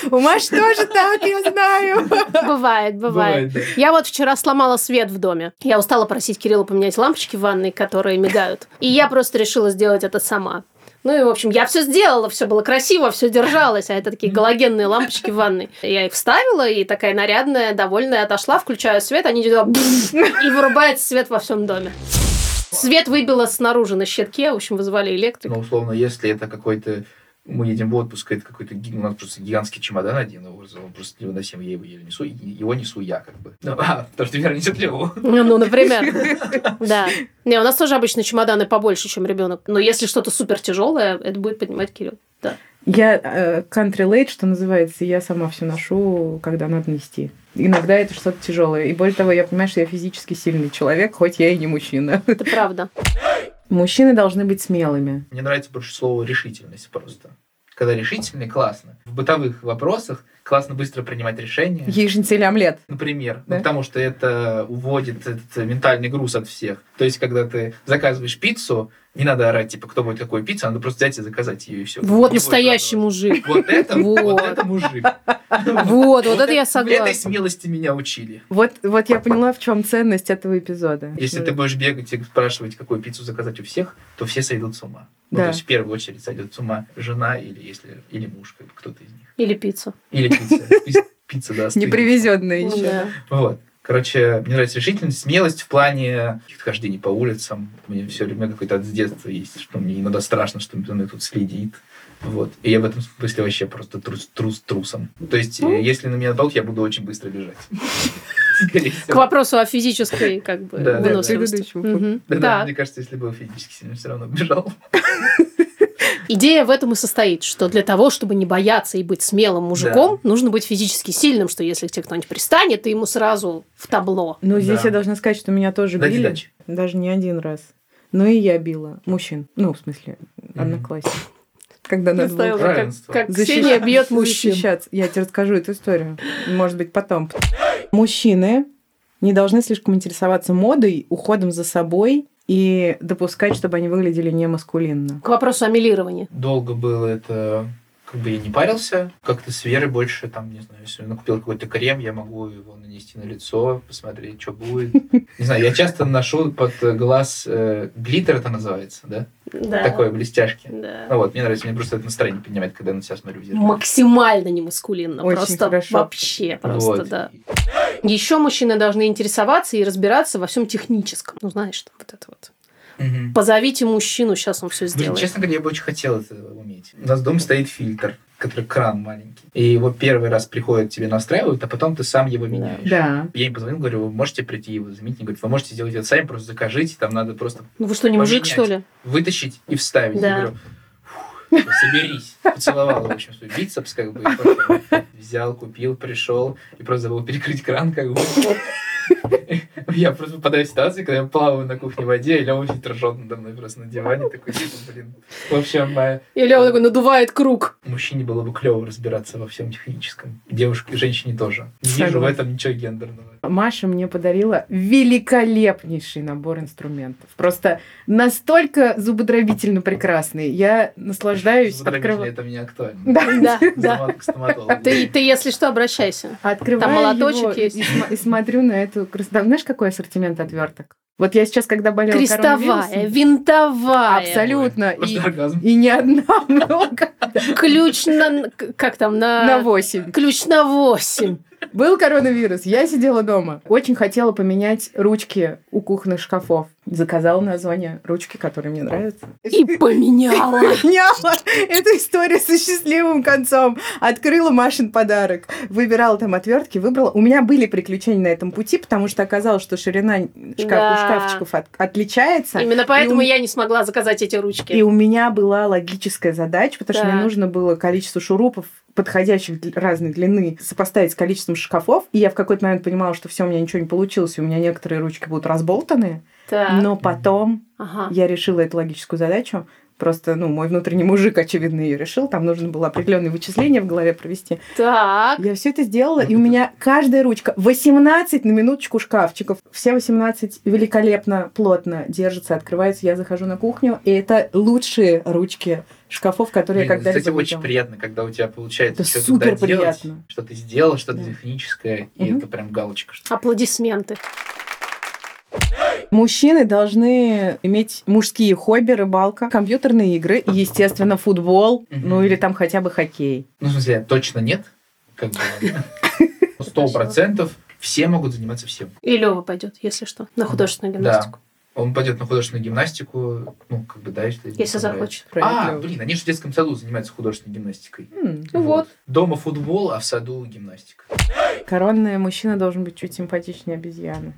[SPEAKER 2] У Маши тоже так, я знаю.
[SPEAKER 3] Бывает, бывает.
[SPEAKER 4] да.
[SPEAKER 3] Я вот вчера сломала свет в доме. Я устала просить Кирилла поменять лампочки в ванной, которые мигают. И я просто решила сделать это сама. Ну и, в общем, я все сделала, все было красиво, все держалось, а это такие галогенные лампочки в ванной. Я их вставила, и такая нарядная, довольная отошла, включаю свет, они делают бф, и вырубается свет во всем доме. Свет выбило снаружи на щитке, в общем, вызывали электрика.
[SPEAKER 4] Ну, условно, если это какой-то... Мы едем в отпуск, и это какой-то... ги- У нас просто гигантский чемодан один, его за- просто его носим, я его еле несу, и его несу я, как бы. Ну, а, потому что Вера несет Леву.
[SPEAKER 3] Ну, ну, например. Да. Не, у нас тоже обычно чемоданы побольше, чем ребенок. Но если что-то супер тяжелое, это будет поднимать Кирилл. Да.
[SPEAKER 2] Я э, country late, что называется, я сама все ношу, когда надо нести. Иногда это что-то тяжелое. И более того, я понимаю, что я физически сильный человек, хоть я и не мужчина.
[SPEAKER 3] Это правда.
[SPEAKER 2] Мужчины должны быть смелыми.
[SPEAKER 4] Мне нравится больше слово решительность просто. Когда решительный, классно. В бытовых вопросах классно быстро принимать решения.
[SPEAKER 2] Яичница или омлет?
[SPEAKER 4] Например,
[SPEAKER 2] Да.
[SPEAKER 4] ну, потому что это уводит этот ментальный груз от всех. То есть, когда ты заказываешь пиццу, не надо орать, типа, кто будет какую пиццу, надо просто взять и заказать ее и все.
[SPEAKER 3] Вот настоящий мужик.
[SPEAKER 4] Вот это, вот
[SPEAKER 3] Вот.
[SPEAKER 4] это мужик.
[SPEAKER 3] Вот, вот это я
[SPEAKER 4] Этой
[SPEAKER 3] согласна.
[SPEAKER 4] смелости меня учили.
[SPEAKER 2] Вот, вот я поняла, в чем ценность этого эпизода.
[SPEAKER 4] Если ты будешь бегать и спрашивать, какую пиццу заказать у всех, то все сойдут с ума. Ну,
[SPEAKER 2] Да.
[SPEAKER 4] то есть в первую очередь сойдет с ума жена или, если, или муж, как бы кто-то из них.
[SPEAKER 3] Или пиццу.
[SPEAKER 4] Или пицца. Пи- Пицца, да, остынет.
[SPEAKER 2] Непривезенные еще.
[SPEAKER 3] Да.
[SPEAKER 4] Вот. Короче, мне нравится решительность, смелость в плане каких-то хождений по улицам. Мне все время какой-то от детства есть, что мне иногда страшно, что за мной тут следит. Вот. И я в этом смысле
[SPEAKER 3] Ну.
[SPEAKER 4] вообще просто трус, трус трусом. То есть, э, если на меня долг, я буду очень быстро бежать. скорее
[SPEAKER 3] К
[SPEAKER 4] всего.
[SPEAKER 3] вопросу о физической как бы
[SPEAKER 4] Да, да, да.
[SPEAKER 3] выносливости.
[SPEAKER 2] Предыдущему.
[SPEAKER 3] Мгм.
[SPEAKER 4] Да,
[SPEAKER 3] Так.
[SPEAKER 4] да, мне кажется, если бы физически сильно, все равно бежал.
[SPEAKER 3] Идея в этом и состоит, что для того, чтобы не бояться и быть смелым мужиком, нужно быть физически сильным, что если к тебе кто-нибудь пристанет, ты ему сразу в табло.
[SPEAKER 2] Ну, здесь
[SPEAKER 4] Да.
[SPEAKER 2] я должна сказать, что меня тоже
[SPEAKER 4] Дайте
[SPEAKER 2] били.
[SPEAKER 4] дачи.
[SPEAKER 2] Даже не один раз. Но и я била мужчин. Ну, в смысле, одноклассников. Когда надо было
[SPEAKER 3] Представила, как,
[SPEAKER 4] Равенство.
[SPEAKER 3] как
[SPEAKER 2] защищ-
[SPEAKER 3] Ксения бьет мужчин.
[SPEAKER 2] защищаться. Я тебе расскажу эту историю. Может быть, потом. Мужчины не должны слишком интересоваться модой, уходом за собой и допускать, чтобы они выглядели не маскулинно.
[SPEAKER 3] К вопросу о милировании.
[SPEAKER 4] Долго было это как бы я не парился, как-то с Верой больше, там, не знаю, если я купил какой-то крем, я могу его нанести на лицо, посмотреть, что будет. Не знаю, я часто ношу под э, глаз э, глиттер, это называется, да?
[SPEAKER 3] Да.
[SPEAKER 4] Такое, блестяшки.
[SPEAKER 3] Да.
[SPEAKER 4] Ну вот, мне нравится, мне просто это настроение поднимает, когда я на себя смотрю в зеркало.
[SPEAKER 3] Максимально не маскулинно.
[SPEAKER 2] Очень
[SPEAKER 3] просто
[SPEAKER 2] хорошо.
[SPEAKER 3] вообще просто,
[SPEAKER 4] Вот.
[SPEAKER 3] да. Еще мужчины должны интересоваться и разбираться во всем техническом. Ну, знаешь, там вот это вот.
[SPEAKER 4] Мгм.
[SPEAKER 3] Позовите мужчину, сейчас он все
[SPEAKER 2] Ну,
[SPEAKER 4] Блин,
[SPEAKER 3] сделает.
[SPEAKER 4] честно говоря, я бы очень хотел это уметь. У нас дома стоит фильтр, который кран маленький. И его первый раз приходят, тебе настраивают, а потом ты сам его меняешь.
[SPEAKER 2] Да.
[SPEAKER 4] Я им позвонил, говорю, вы можете прийти его заменить? Они говорят, вы можете сделать это сами, просто закажите, там надо просто
[SPEAKER 3] Ну вы что, не мужик,
[SPEAKER 4] Поменять.
[SPEAKER 3] что ли?
[SPEAKER 4] вытащить и вставить.
[SPEAKER 3] Да.
[SPEAKER 4] Я говорю, «Фух, соберись. Поцеловал, в общем, свой бицепс, как бы, и пошел. взял, купил, пришел, и просто забыл перекрыть кран, как бы. Я просто попадаю в ситуацию, когда я плаваю на кухне в воде, и Лёва сидит ржет надо мной просто на диване, такой, типа, блин. В общем, э,
[SPEAKER 3] Или он такой надувает круг.
[SPEAKER 4] мужчине было бы клево разбираться во всем техническом. Девушке, женщине тоже. Не вижу в
[SPEAKER 2] Согласна.
[SPEAKER 4] этом ничего гендерного.
[SPEAKER 2] Маша мне подарила великолепнейший набор инструментов. Просто настолько зубодробительно прекрасный. Я наслаждаюсь,
[SPEAKER 4] Зубодробительное
[SPEAKER 2] открываю.
[SPEAKER 4] это мне актуально.
[SPEAKER 2] Да.
[SPEAKER 3] Да, да.
[SPEAKER 4] Стомат- К стоматологу.
[SPEAKER 3] Ты, ты, если что, обращайся.
[SPEAKER 2] Открываю
[SPEAKER 3] Там молоточек
[SPEAKER 2] его
[SPEAKER 3] есть.
[SPEAKER 2] И, см- и смотрю на эту красоту. Знаешь, какой ассортимент отверток? Вот я сейчас, когда болела
[SPEAKER 3] Крестовая,
[SPEAKER 2] коронавирусом,
[SPEAKER 3] винтовая,
[SPEAKER 2] Абсолютно.
[SPEAKER 4] Просто
[SPEAKER 2] И,
[SPEAKER 4] оргазм.
[SPEAKER 2] и не одна, много.
[SPEAKER 3] ключ на... Как там? На...
[SPEAKER 2] На 8.
[SPEAKER 3] Ключ на 8.
[SPEAKER 2] Был коронавирус, я сидела дома. Очень хотела поменять ручки у кухонных шкафов. Заказала на Озоне ручки, которые мне нравятся.
[SPEAKER 3] И поменяла.
[SPEAKER 2] Поняла эту историю со счастливым концом. Открыла Машин подарок. Выбирала там отвертки, выбрала. У меня были приключения на этом пути, потому что оказалось, что ширина шкаф-
[SPEAKER 3] Да.
[SPEAKER 2] у шкафчиков от- отличается.
[SPEAKER 3] Именно поэтому
[SPEAKER 2] И у-
[SPEAKER 3] я не смогла заказать эти ручки.
[SPEAKER 2] И у меня была логическая задача, потому что
[SPEAKER 3] Так.
[SPEAKER 2] мне нужно было количество шурупов подходящих дл- разной длины, сопоставить с количеством шкафов. И я в какой-то момент понимала, что все, у меня ничего не получилось, и у меня некоторые ручки будут разболтаны.
[SPEAKER 3] Так.
[SPEAKER 2] Но потом
[SPEAKER 3] Ага.
[SPEAKER 2] я решила эту логическую задачу. Просто, ну, мой внутренний мужик, очевидно, ее решил. Там нужно было определенные вычисления в голове провести.
[SPEAKER 3] Так.
[SPEAKER 2] Я все это
[SPEAKER 4] Ну,
[SPEAKER 2] сделала, и у меня каждая ручка 18 на минуточку шкафчиков. Все 18 великолепно, плотно держатся, открываются. Я захожу на кухню, и это лучшие ручки шкафов, которые я
[SPEAKER 4] Блин,
[SPEAKER 2] когда-либо
[SPEAKER 4] Кстати, очень
[SPEAKER 2] видела.
[SPEAKER 4] приятно, когда у тебя получается
[SPEAKER 2] Это
[SPEAKER 4] всё
[SPEAKER 2] супер
[SPEAKER 4] доделать,
[SPEAKER 2] приятно.
[SPEAKER 4] что ты сделал, что-то
[SPEAKER 2] Да.
[SPEAKER 4] техническое, и
[SPEAKER 2] Мгм.
[SPEAKER 4] это прям галочка. Что...
[SPEAKER 3] Аплодисменты.
[SPEAKER 2] Мужчины должны иметь мужские хобби, рыбалка, компьютерные игры и, естественно, футбол,
[SPEAKER 4] Мгм.
[SPEAKER 2] ну или там хотя бы хоккей.
[SPEAKER 4] Ну, в смысле, точно нет. Как бы ладно. Сто процентов все могут заниматься всем.
[SPEAKER 3] И Лева пойдет, если что, на художественную
[SPEAKER 4] Да.
[SPEAKER 3] гимнастику.
[SPEAKER 4] Он пойдет на художественную гимнастику, ну, как бы, да, если... ему
[SPEAKER 3] Если
[SPEAKER 4] понравится.
[SPEAKER 3] захочет.
[SPEAKER 4] А, блин, они же в детском саду занимаются художественной гимнастикой.
[SPEAKER 2] М.
[SPEAKER 3] Ну вот.
[SPEAKER 4] Дома футбол, а в саду гимнастика.
[SPEAKER 2] Коронный мужчина должен быть чуть симпатичнее обезьяны.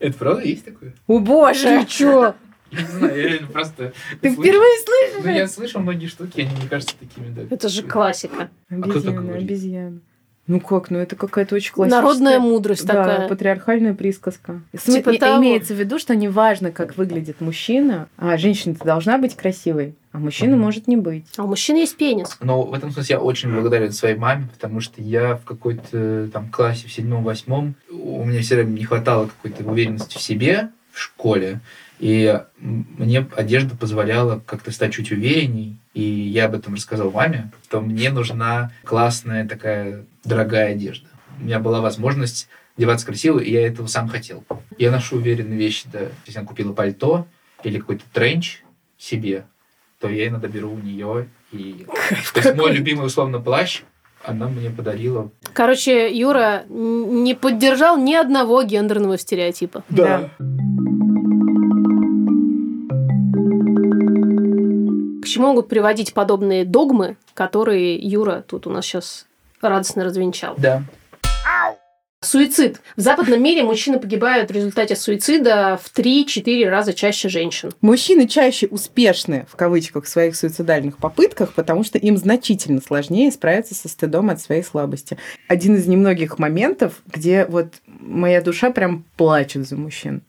[SPEAKER 4] Это правда есть такое?
[SPEAKER 2] О боже! Ты чё?
[SPEAKER 4] Я не знаю, я реально просто...
[SPEAKER 2] Ты
[SPEAKER 4] слышу.
[SPEAKER 2] впервые слышишь?
[SPEAKER 4] Ну, я слышал многие штуки, они мне кажется такими, да.
[SPEAKER 3] Это же классика.
[SPEAKER 4] А кто так
[SPEAKER 2] Обезьяна,
[SPEAKER 4] говорит?
[SPEAKER 2] обезьяна. Ну как, ну это какая-то очень классическая...
[SPEAKER 3] Народная мудрость
[SPEAKER 2] да,
[SPEAKER 3] такая.
[SPEAKER 2] патриархальная присказка.
[SPEAKER 3] Типа
[SPEAKER 2] См- и-
[SPEAKER 3] того.
[SPEAKER 2] Имеется в виду, что неважно, как выглядит мужчина, а женщина-то должна быть красивой, а мужчина
[SPEAKER 4] Мгм.
[SPEAKER 2] может не быть.
[SPEAKER 3] А у мужчин есть пенис.
[SPEAKER 4] Но в этом смысле я очень благодарен своей маме, потому что я в какой-то э, там классе в седьмом-восьмом, у меня все время не хватало какой-то уверенности в себе в школе, и м, мне одежда позволяла как-то стать чуть уверенней, и я об этом рассказал маме, то мне нужна классная такая дорогая одежда. У меня была возможность деваться красиво, и я этого сам хотел. Я ношу уверенные вещи, да. Если она купила пальто или какой-то тренч себе, то я иногда беру у нее. И... То есть мой любимый, условно, плащ, она мне подарила.
[SPEAKER 3] Короче, Юра н- не поддержал ни одного гендерного стереотипа.
[SPEAKER 2] Да.
[SPEAKER 3] К чему могут приводить подобные догмы, которые Юра тут у нас сейчас радостно развенчал?
[SPEAKER 4] Да.
[SPEAKER 3] Суицид. В западном мире мужчины погибают в результате суицида в 3-4 раза чаще женщин.
[SPEAKER 2] Мужчины чаще успешны, в кавычках, в своих суицидальных попытках, потому что им значительно сложнее справиться со стыдом от своей слабости. Один из немногих моментов, где вот моя душа прям плачет за мужчин.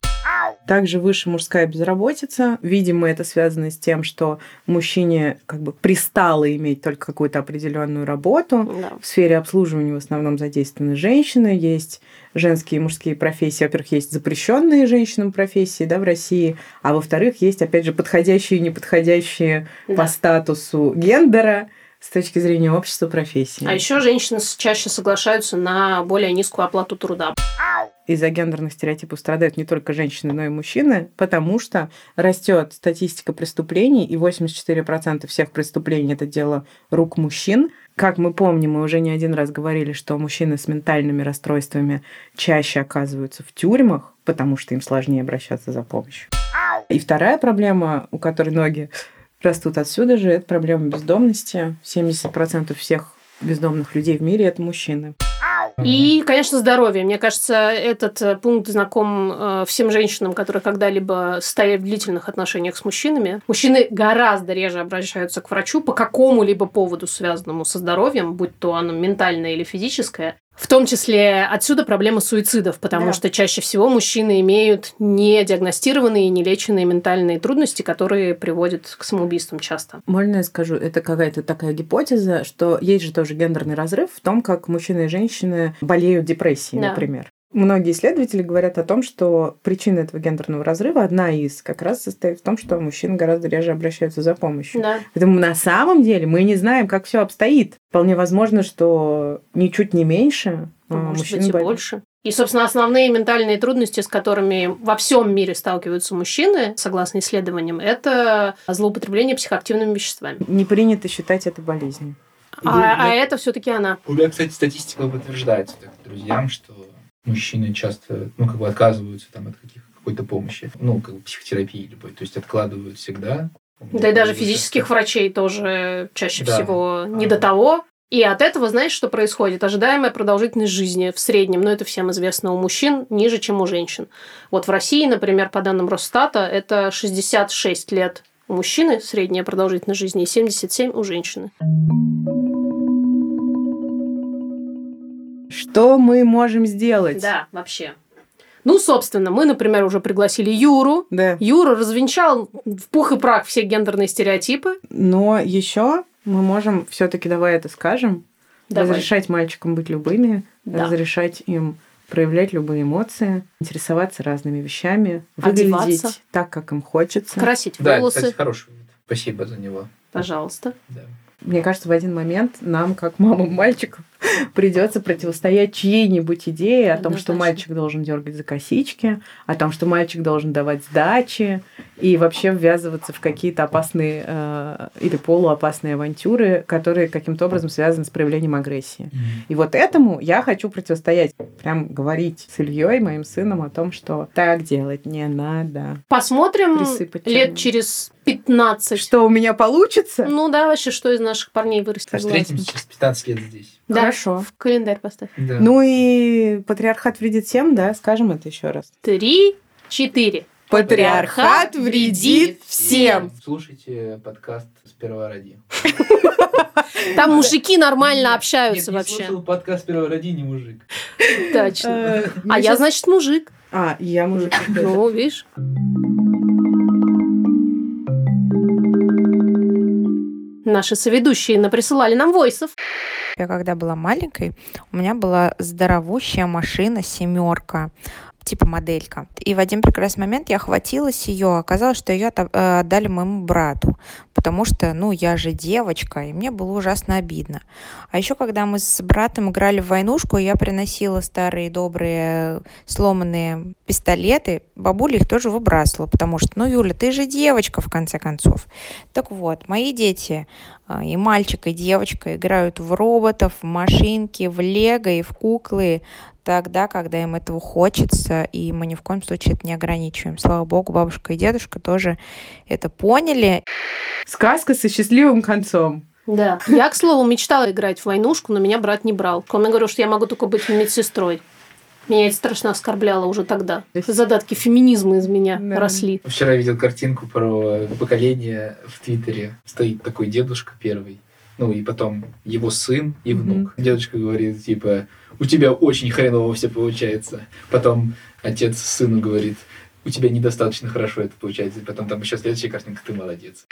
[SPEAKER 2] Также выше мужская безработица. Видимо, это связано с тем, что мужчине как бы пристало иметь только какую-то определенную работу.
[SPEAKER 3] Да.
[SPEAKER 2] В сфере обслуживания в основном задействованы женщины. Есть женские и мужские профессии. Во-первых, есть запрещенные женщинам профессии да, в России. А во-вторых, есть, опять же, подходящие и неподходящие
[SPEAKER 3] Да.
[SPEAKER 2] по статусу гендера с точки зрения общества профессии.
[SPEAKER 3] А еще женщины с- чаще соглашаются на более низкую оплату труда.
[SPEAKER 2] Из-за гендерных стереотипов страдают не только женщины, но и мужчины, потому что растет статистика преступлений, и 84% всех преступлений – это дело рук мужчин. Как мы помним, мы уже не один раз говорили, что мужчины с ментальными расстройствами чаще оказываются в тюрьмах, потому что им сложнее обращаться за помощью. И вторая проблема, у которой ноги растут отсюда же, это проблема бездомности. 70% всех бездомных людей в мире – это мужчины.
[SPEAKER 3] И, конечно, здоровье. Мне кажется, этот э, пункт знаком э, всем женщинам, которые когда-либо стояли в длительных отношениях с мужчинами. Мужчины гораздо реже обращаются к врачу по какому-либо поводу, связанному со здоровьем, будь то оно ментальное или физическое. В том числе отсюда проблема суицидов, потому
[SPEAKER 2] Да.
[SPEAKER 3] что чаще всего мужчины имеют недиагностированные и нелеченные ментальные трудности, которые приводят к самоубийствам часто.
[SPEAKER 2] Можно я скажу, это какая-то такая гипотеза, что есть же тоже гендерный разрыв в том, как мужчины и женщины болеют депрессией,
[SPEAKER 3] Да.
[SPEAKER 2] например. Многие исследователи говорят о том, что причина этого гендерного разрыва, одна из, как раз состоит в том, что мужчины гораздо реже обращаются за помощью.
[SPEAKER 3] Да.
[SPEAKER 2] Поэтому на самом деле мы не знаем, как все обстоит. Вполне возможно, что ничуть не меньше а,
[SPEAKER 3] Ну, Может
[SPEAKER 2] мужчин
[SPEAKER 3] быть, и
[SPEAKER 2] болеют.
[SPEAKER 3] больше. И, собственно, основные ментальные трудности, с которыми во всем мире сталкиваются мужчины, согласно исследованиям, это злоупотребление психоактивными веществами.
[SPEAKER 2] Не принято считать это болезнью.
[SPEAKER 3] А,
[SPEAKER 4] Я-
[SPEAKER 3] а это все-таки она.
[SPEAKER 4] У меня, кстати, статистика подтверждается так, друзьям, что мужчины часто, ну, как бы отказываются там от каких, какой-то помощи, ну, как бы психотерапии любой, то есть откладывают всегда.
[SPEAKER 3] Да и даже
[SPEAKER 4] Вот.
[SPEAKER 3] физических врачей тоже чаще
[SPEAKER 4] Да.
[SPEAKER 3] всего не до того. И от этого, знаешь, что происходит? Ожидаемая продолжительность жизни в среднем, но это всем известно, у мужчин ниже, чем у женщин. Вот в России, например, по данным Росстата, это 66 лет у мужчины средняя продолжительность жизни и 77 у женщины.
[SPEAKER 2] Что мы можем сделать?
[SPEAKER 3] Да, вообще. Ну, собственно, мы, например, уже пригласили Юру.
[SPEAKER 2] Да.
[SPEAKER 3] Юра развенчал в пух и прах все гендерные стереотипы.
[SPEAKER 2] Но еще мы можем все-таки, давай это скажем,
[SPEAKER 3] Давай.
[SPEAKER 2] Разрешать мальчикам быть любыми,
[SPEAKER 3] Да.
[SPEAKER 2] разрешать им проявлять любые эмоции, интересоваться разными вещами, выглядеть
[SPEAKER 3] Одеваться.
[SPEAKER 2] так, как им хочется.
[SPEAKER 3] Красить
[SPEAKER 4] Да, это,
[SPEAKER 3] волосы,
[SPEAKER 4] кстати, хороший вывод. Спасибо за него.
[SPEAKER 3] пожалуйста.
[SPEAKER 4] Да.
[SPEAKER 2] Мне кажется, в один момент нам, как мамам мальчиков, придется противостоять чьей-нибудь идее о том, что
[SPEAKER 3] Однозначно.
[SPEAKER 2] мальчик должен дергать за косички, о том, что мальчик должен давать сдачи и вообще ввязываться в какие-то опасные э, или полуопасные авантюры, которые каким-то образом связаны с проявлением агрессии. И вот этому я хочу противостоять. Прям говорить с Ильей, моим сыном, о том, что так делать не надо.
[SPEAKER 3] Посмотрим
[SPEAKER 2] Присыпать
[SPEAKER 3] лет
[SPEAKER 2] чем-нибудь.
[SPEAKER 3] через 15.
[SPEAKER 2] Что у меня получится?
[SPEAKER 3] Ну да, вообще, что из наших парней вырастет.
[SPEAKER 4] Встретимся через 15 лет здесь.
[SPEAKER 3] Да.
[SPEAKER 2] Хорошо.
[SPEAKER 3] В календарь поставь.
[SPEAKER 4] Да.
[SPEAKER 2] Ну и патриархат вредит всем, да? Скажем это еще раз.
[SPEAKER 3] Три, четыре. Патриархат вредит всем.
[SPEAKER 4] Слушайте подкаст «Сперва ради».
[SPEAKER 3] Там мужики нормально
[SPEAKER 4] Нет,
[SPEAKER 3] общаются
[SPEAKER 4] не
[SPEAKER 3] вообще.
[SPEAKER 4] слушал подкаст «Сперва ради», не мужик.
[SPEAKER 3] Точно.
[SPEAKER 2] Э, мы
[SPEAKER 3] А я,
[SPEAKER 2] щас-
[SPEAKER 3] значит, мужик.
[SPEAKER 2] А, я мужик.
[SPEAKER 3] Ну, видишь. Наши соведущие наприсылали нам войсов.
[SPEAKER 6] Я когда была маленькой, у меня была здоровущая машина семерка типа моделька. И в один прекрасный момент я хватилась ее, оказалось, что ее отдали моему брату, потому что, ну, я же девочка, и мне было ужасно обидно. А еще, когда мы с братом играли в войнушку, я приносила старые добрые э, сломанные пистолеты, бабуля их тоже выбрасывала, потому что, ну, Юля, ты же девочка, в конце концов. Так вот, мои дети, а, и мальчик, и девочка играют в роботов, в машинки, в лего и в куклы тогда, когда им этого хочется, и мы ни в коем случае это не ограничиваем. Слава богу, бабушка и дедушка тоже это поняли.
[SPEAKER 2] Сказка со счастливым концом.
[SPEAKER 3] Да. Я, к слову, мечтала играть в войнушку, но меня брат не брал. Он мне говорил, что я могу только быть медсестрой. Меня это страшно оскорбляло уже тогда.
[SPEAKER 2] То есть-
[SPEAKER 3] Задатки феминизма из меня
[SPEAKER 2] Да.
[SPEAKER 3] росли.
[SPEAKER 4] Вчера видел картинку про поколение в Твиттере. Стоит такой дедушка первый. Ну и потом его сын и внук. Дедушка говорит, типа, у тебя очень хреново все получается. Потом отец сыну говорит, у тебя недостаточно хорошо это получается. И потом там еще следующая картинка, ты молодец.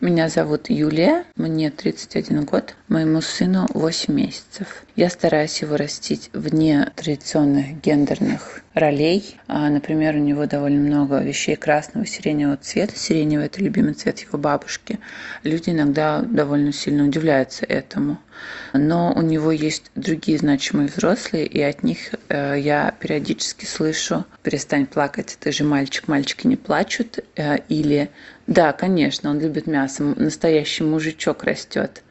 [SPEAKER 7] Меня зовут Юлия, мне 31 год, моему сыну 8 месяцев. Я стараюсь его растить вне традиционных гендерных ролей. А, например, у него довольно много вещей красного, сиреневого цвета. Сиреневый – это любимый цвет его бабушки. Люди иногда довольно сильно удивляются этому. Но у него есть другие значимые взрослые, и от них э, я периодически слышу «перестань плакать, ты же мальчик, мальчики не плачут» э, или да, конечно, он любит мясо. М- Настоящий мужичок растет.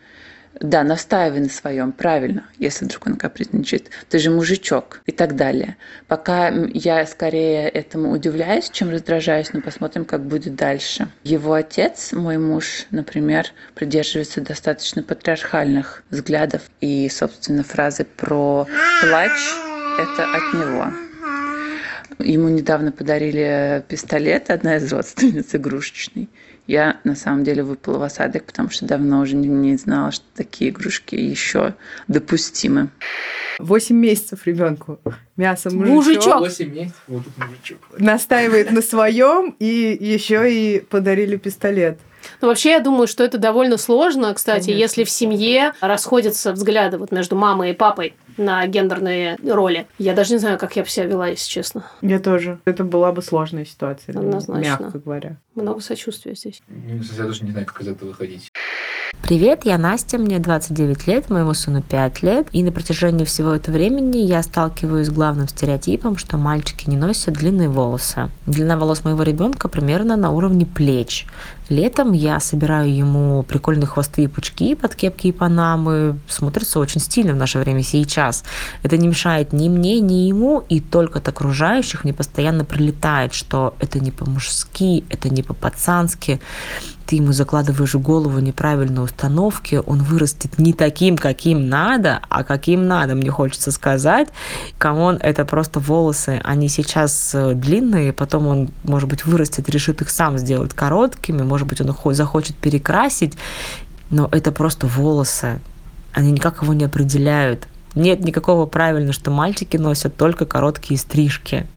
[SPEAKER 7] Да, настаивай на своем, правильно, если вдруг он капризничает. Ты же мужичок и так далее. Пока м, я скорее этому удивляюсь, чем раздражаюсь, но посмотрим, как будет дальше. Его отец, мой муж, например, придерживается достаточно патриархальных взглядов и, собственно, фразы про плач – это от него. Ему недавно подарили пистолет, одна из родственниц игрушечный. Я на самом деле выпала в осадок, потому что давно уже не- не знала, что такие игрушки еще допустимы.
[SPEAKER 2] 8 месяцев ребенку. Мясо
[SPEAKER 3] Мужичок.
[SPEAKER 2] мужичок.
[SPEAKER 4] Восемь месяцев, вот тут мужичок.
[SPEAKER 2] Настаивает на своем и еще и подарили пистолет.
[SPEAKER 3] Но вообще, я думаю, что это довольно сложно, кстати,
[SPEAKER 2] Конечно.
[SPEAKER 3] если в семье расходятся взгляды вот между мамой и папой на гендерные роли. Я даже не знаю, как я бы себя вела, если честно.
[SPEAKER 2] Я тоже. Это была бы сложная ситуация, ну,
[SPEAKER 3] Однозначно.
[SPEAKER 2] мягко говоря.
[SPEAKER 3] Много сочувствия здесь.
[SPEAKER 4] Ну, Я даже не знаю, как из этого выходить.
[SPEAKER 8] Привет, я Настя, мне 29 лет, моему сыну 5 лет, и на протяжении всего этого времени я сталкиваюсь с главным стереотипом, что мальчики не носят длинные волосы. Длина волос моего ребенка примерно на уровне плеч. Летом я собираю ему прикольные хвосты и пучки под кепки и панамы. Смотрится очень стильно в наше время сейчас. Это не мешает ни мне, ни ему, и только от окружающих мне постоянно прилетает, что это не по-мужски, это не по-пацански, ты ему закладываешь в голову неправильные установки, он вырастет не таким, каким надо, а каким надо, мне хочется сказать. Камон, это просто волосы, они сейчас э, длинные, потом он, может быть, вырастет, решит их сам сделать короткими, может быть, он их хо- захочет перекрасить, но это просто волосы, они никак его не определяют. Нет никакого правильно, что мальчики носят только короткие стрижки.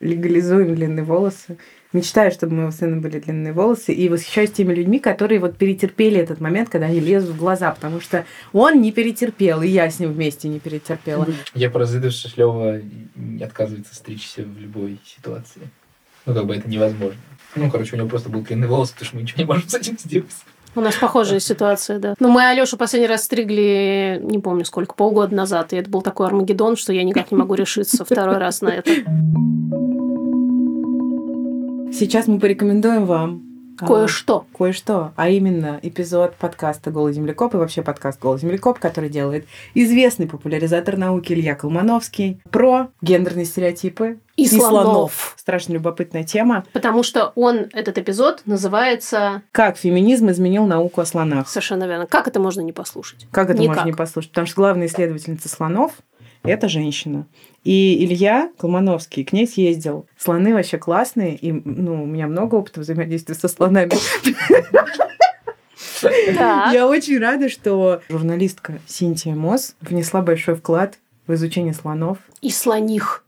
[SPEAKER 2] Легализуем длинные волосы. Мечтаю, чтобы у моего сына были длинные волосы. И восхищаюсь теми людьми, которые вот перетерпели этот момент, когда они лезут в глаза, потому что он не перетерпел, и я с ним вместе не перетерпела.
[SPEAKER 4] Я поразидов, что Шлёва не отказывается стричься в любой ситуации. Ну, как бы это невозможно. Ну, короче, у него просто был длинный волос, потому что мы ничего не можем с этим сделать.
[SPEAKER 3] У нас похожая ситуация, да. Но мы Алёшу последний раз стригли, не помню сколько, полгода назад. И это был такой Армагеддон, что я никак не могу решиться второй раз на это.
[SPEAKER 2] Сейчас мы порекомендуем вам а,
[SPEAKER 3] Кое-что.
[SPEAKER 2] кое-что, а именно эпизод подкаста «Голый землекоп» и вообще подкаст «Голый землекоп», который делает известный популяризатор науки Илья Колмановский про гендерные стереотипы
[SPEAKER 3] И слонов.
[SPEAKER 2] слонов. Страшно любопытная тема.
[SPEAKER 3] Потому что он, этот эпизод, называется...
[SPEAKER 2] Как феминизм изменил науку о слонах?
[SPEAKER 3] Совершенно верно. Как это можно не послушать?
[SPEAKER 2] Как это
[SPEAKER 3] Никак.
[SPEAKER 2] можно не послушать? Потому что главная исследовательница слонов – это женщина. И Илья Колмановский к ней съездил. Слоны вообще классные, и ну, у меня много опыта взаимодействия со слонами.
[SPEAKER 3] Так.
[SPEAKER 2] Я очень рада, что журналистка Синтия Мосс внесла большой вклад в изучение слонов
[SPEAKER 3] И слоних.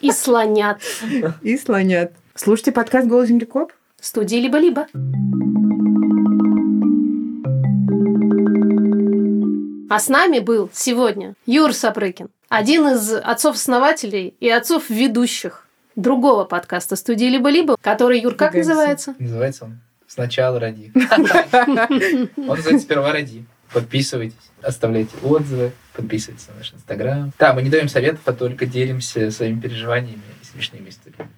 [SPEAKER 3] И слонят.
[SPEAKER 2] и слонят. Слушайте подкаст «Голый землекоп».
[SPEAKER 3] Студии либо-либо. А с нами был сегодня Юр Сапрыкин, один из отцов-основателей и отцов-ведущих другого подкаста студии «Либо-либо», который, Юр, как
[SPEAKER 2] Двигаемся.
[SPEAKER 3] называется?
[SPEAKER 4] Называется он «Сначала ради». Он называется «Сперва ради». Подписывайтесь, оставляйте отзывы, подписывайтесь на наш Инстаграм. Да, мы не даем советов, а только делимся своими переживаниями и смешными историями.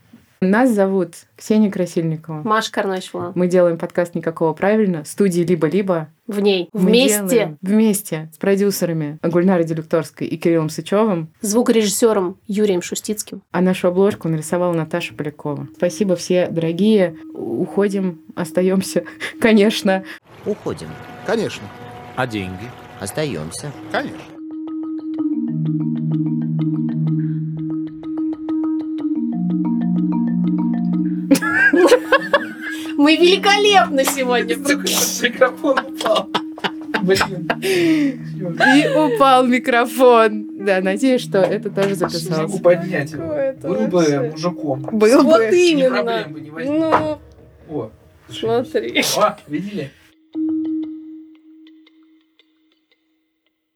[SPEAKER 2] Нас зовут Ксения Красильникова.
[SPEAKER 3] Маша Карначева.
[SPEAKER 2] Мы делаем подкаст «Никакого правильно» студии «Либо-либо».
[SPEAKER 3] В ней.
[SPEAKER 2] Мы
[SPEAKER 3] Вместе
[SPEAKER 2] делаем вместе с продюсерами Гульнарой Делюкторской и Кириллом Сычевым.
[SPEAKER 3] звукорежиссером Юрием Шустицким.
[SPEAKER 2] А нашу обложку нарисовала Наташа Полякова. Спасибо все, дорогие. Уходим, остаемся, конечно.
[SPEAKER 9] Уходим.
[SPEAKER 10] Конечно,
[SPEAKER 11] А деньги?
[SPEAKER 9] Остаемся.
[SPEAKER 10] конечно.
[SPEAKER 3] Мы великолепны сегодня.
[SPEAKER 4] Микрофон упал. Блин.
[SPEAKER 2] И упал микрофон. Да, надеюсь, что это тоже
[SPEAKER 4] Не могу
[SPEAKER 2] записалось.
[SPEAKER 4] поднять его.
[SPEAKER 3] Какое-то
[SPEAKER 4] Был бы
[SPEAKER 3] вообще.
[SPEAKER 4] мужиком.
[SPEAKER 2] Был
[SPEAKER 3] Вот
[SPEAKER 2] бы.
[SPEAKER 4] Ни
[SPEAKER 3] именно.
[SPEAKER 4] проблем бы не возникло.
[SPEAKER 3] Ну,
[SPEAKER 4] О,
[SPEAKER 3] смотри.
[SPEAKER 4] О, видели?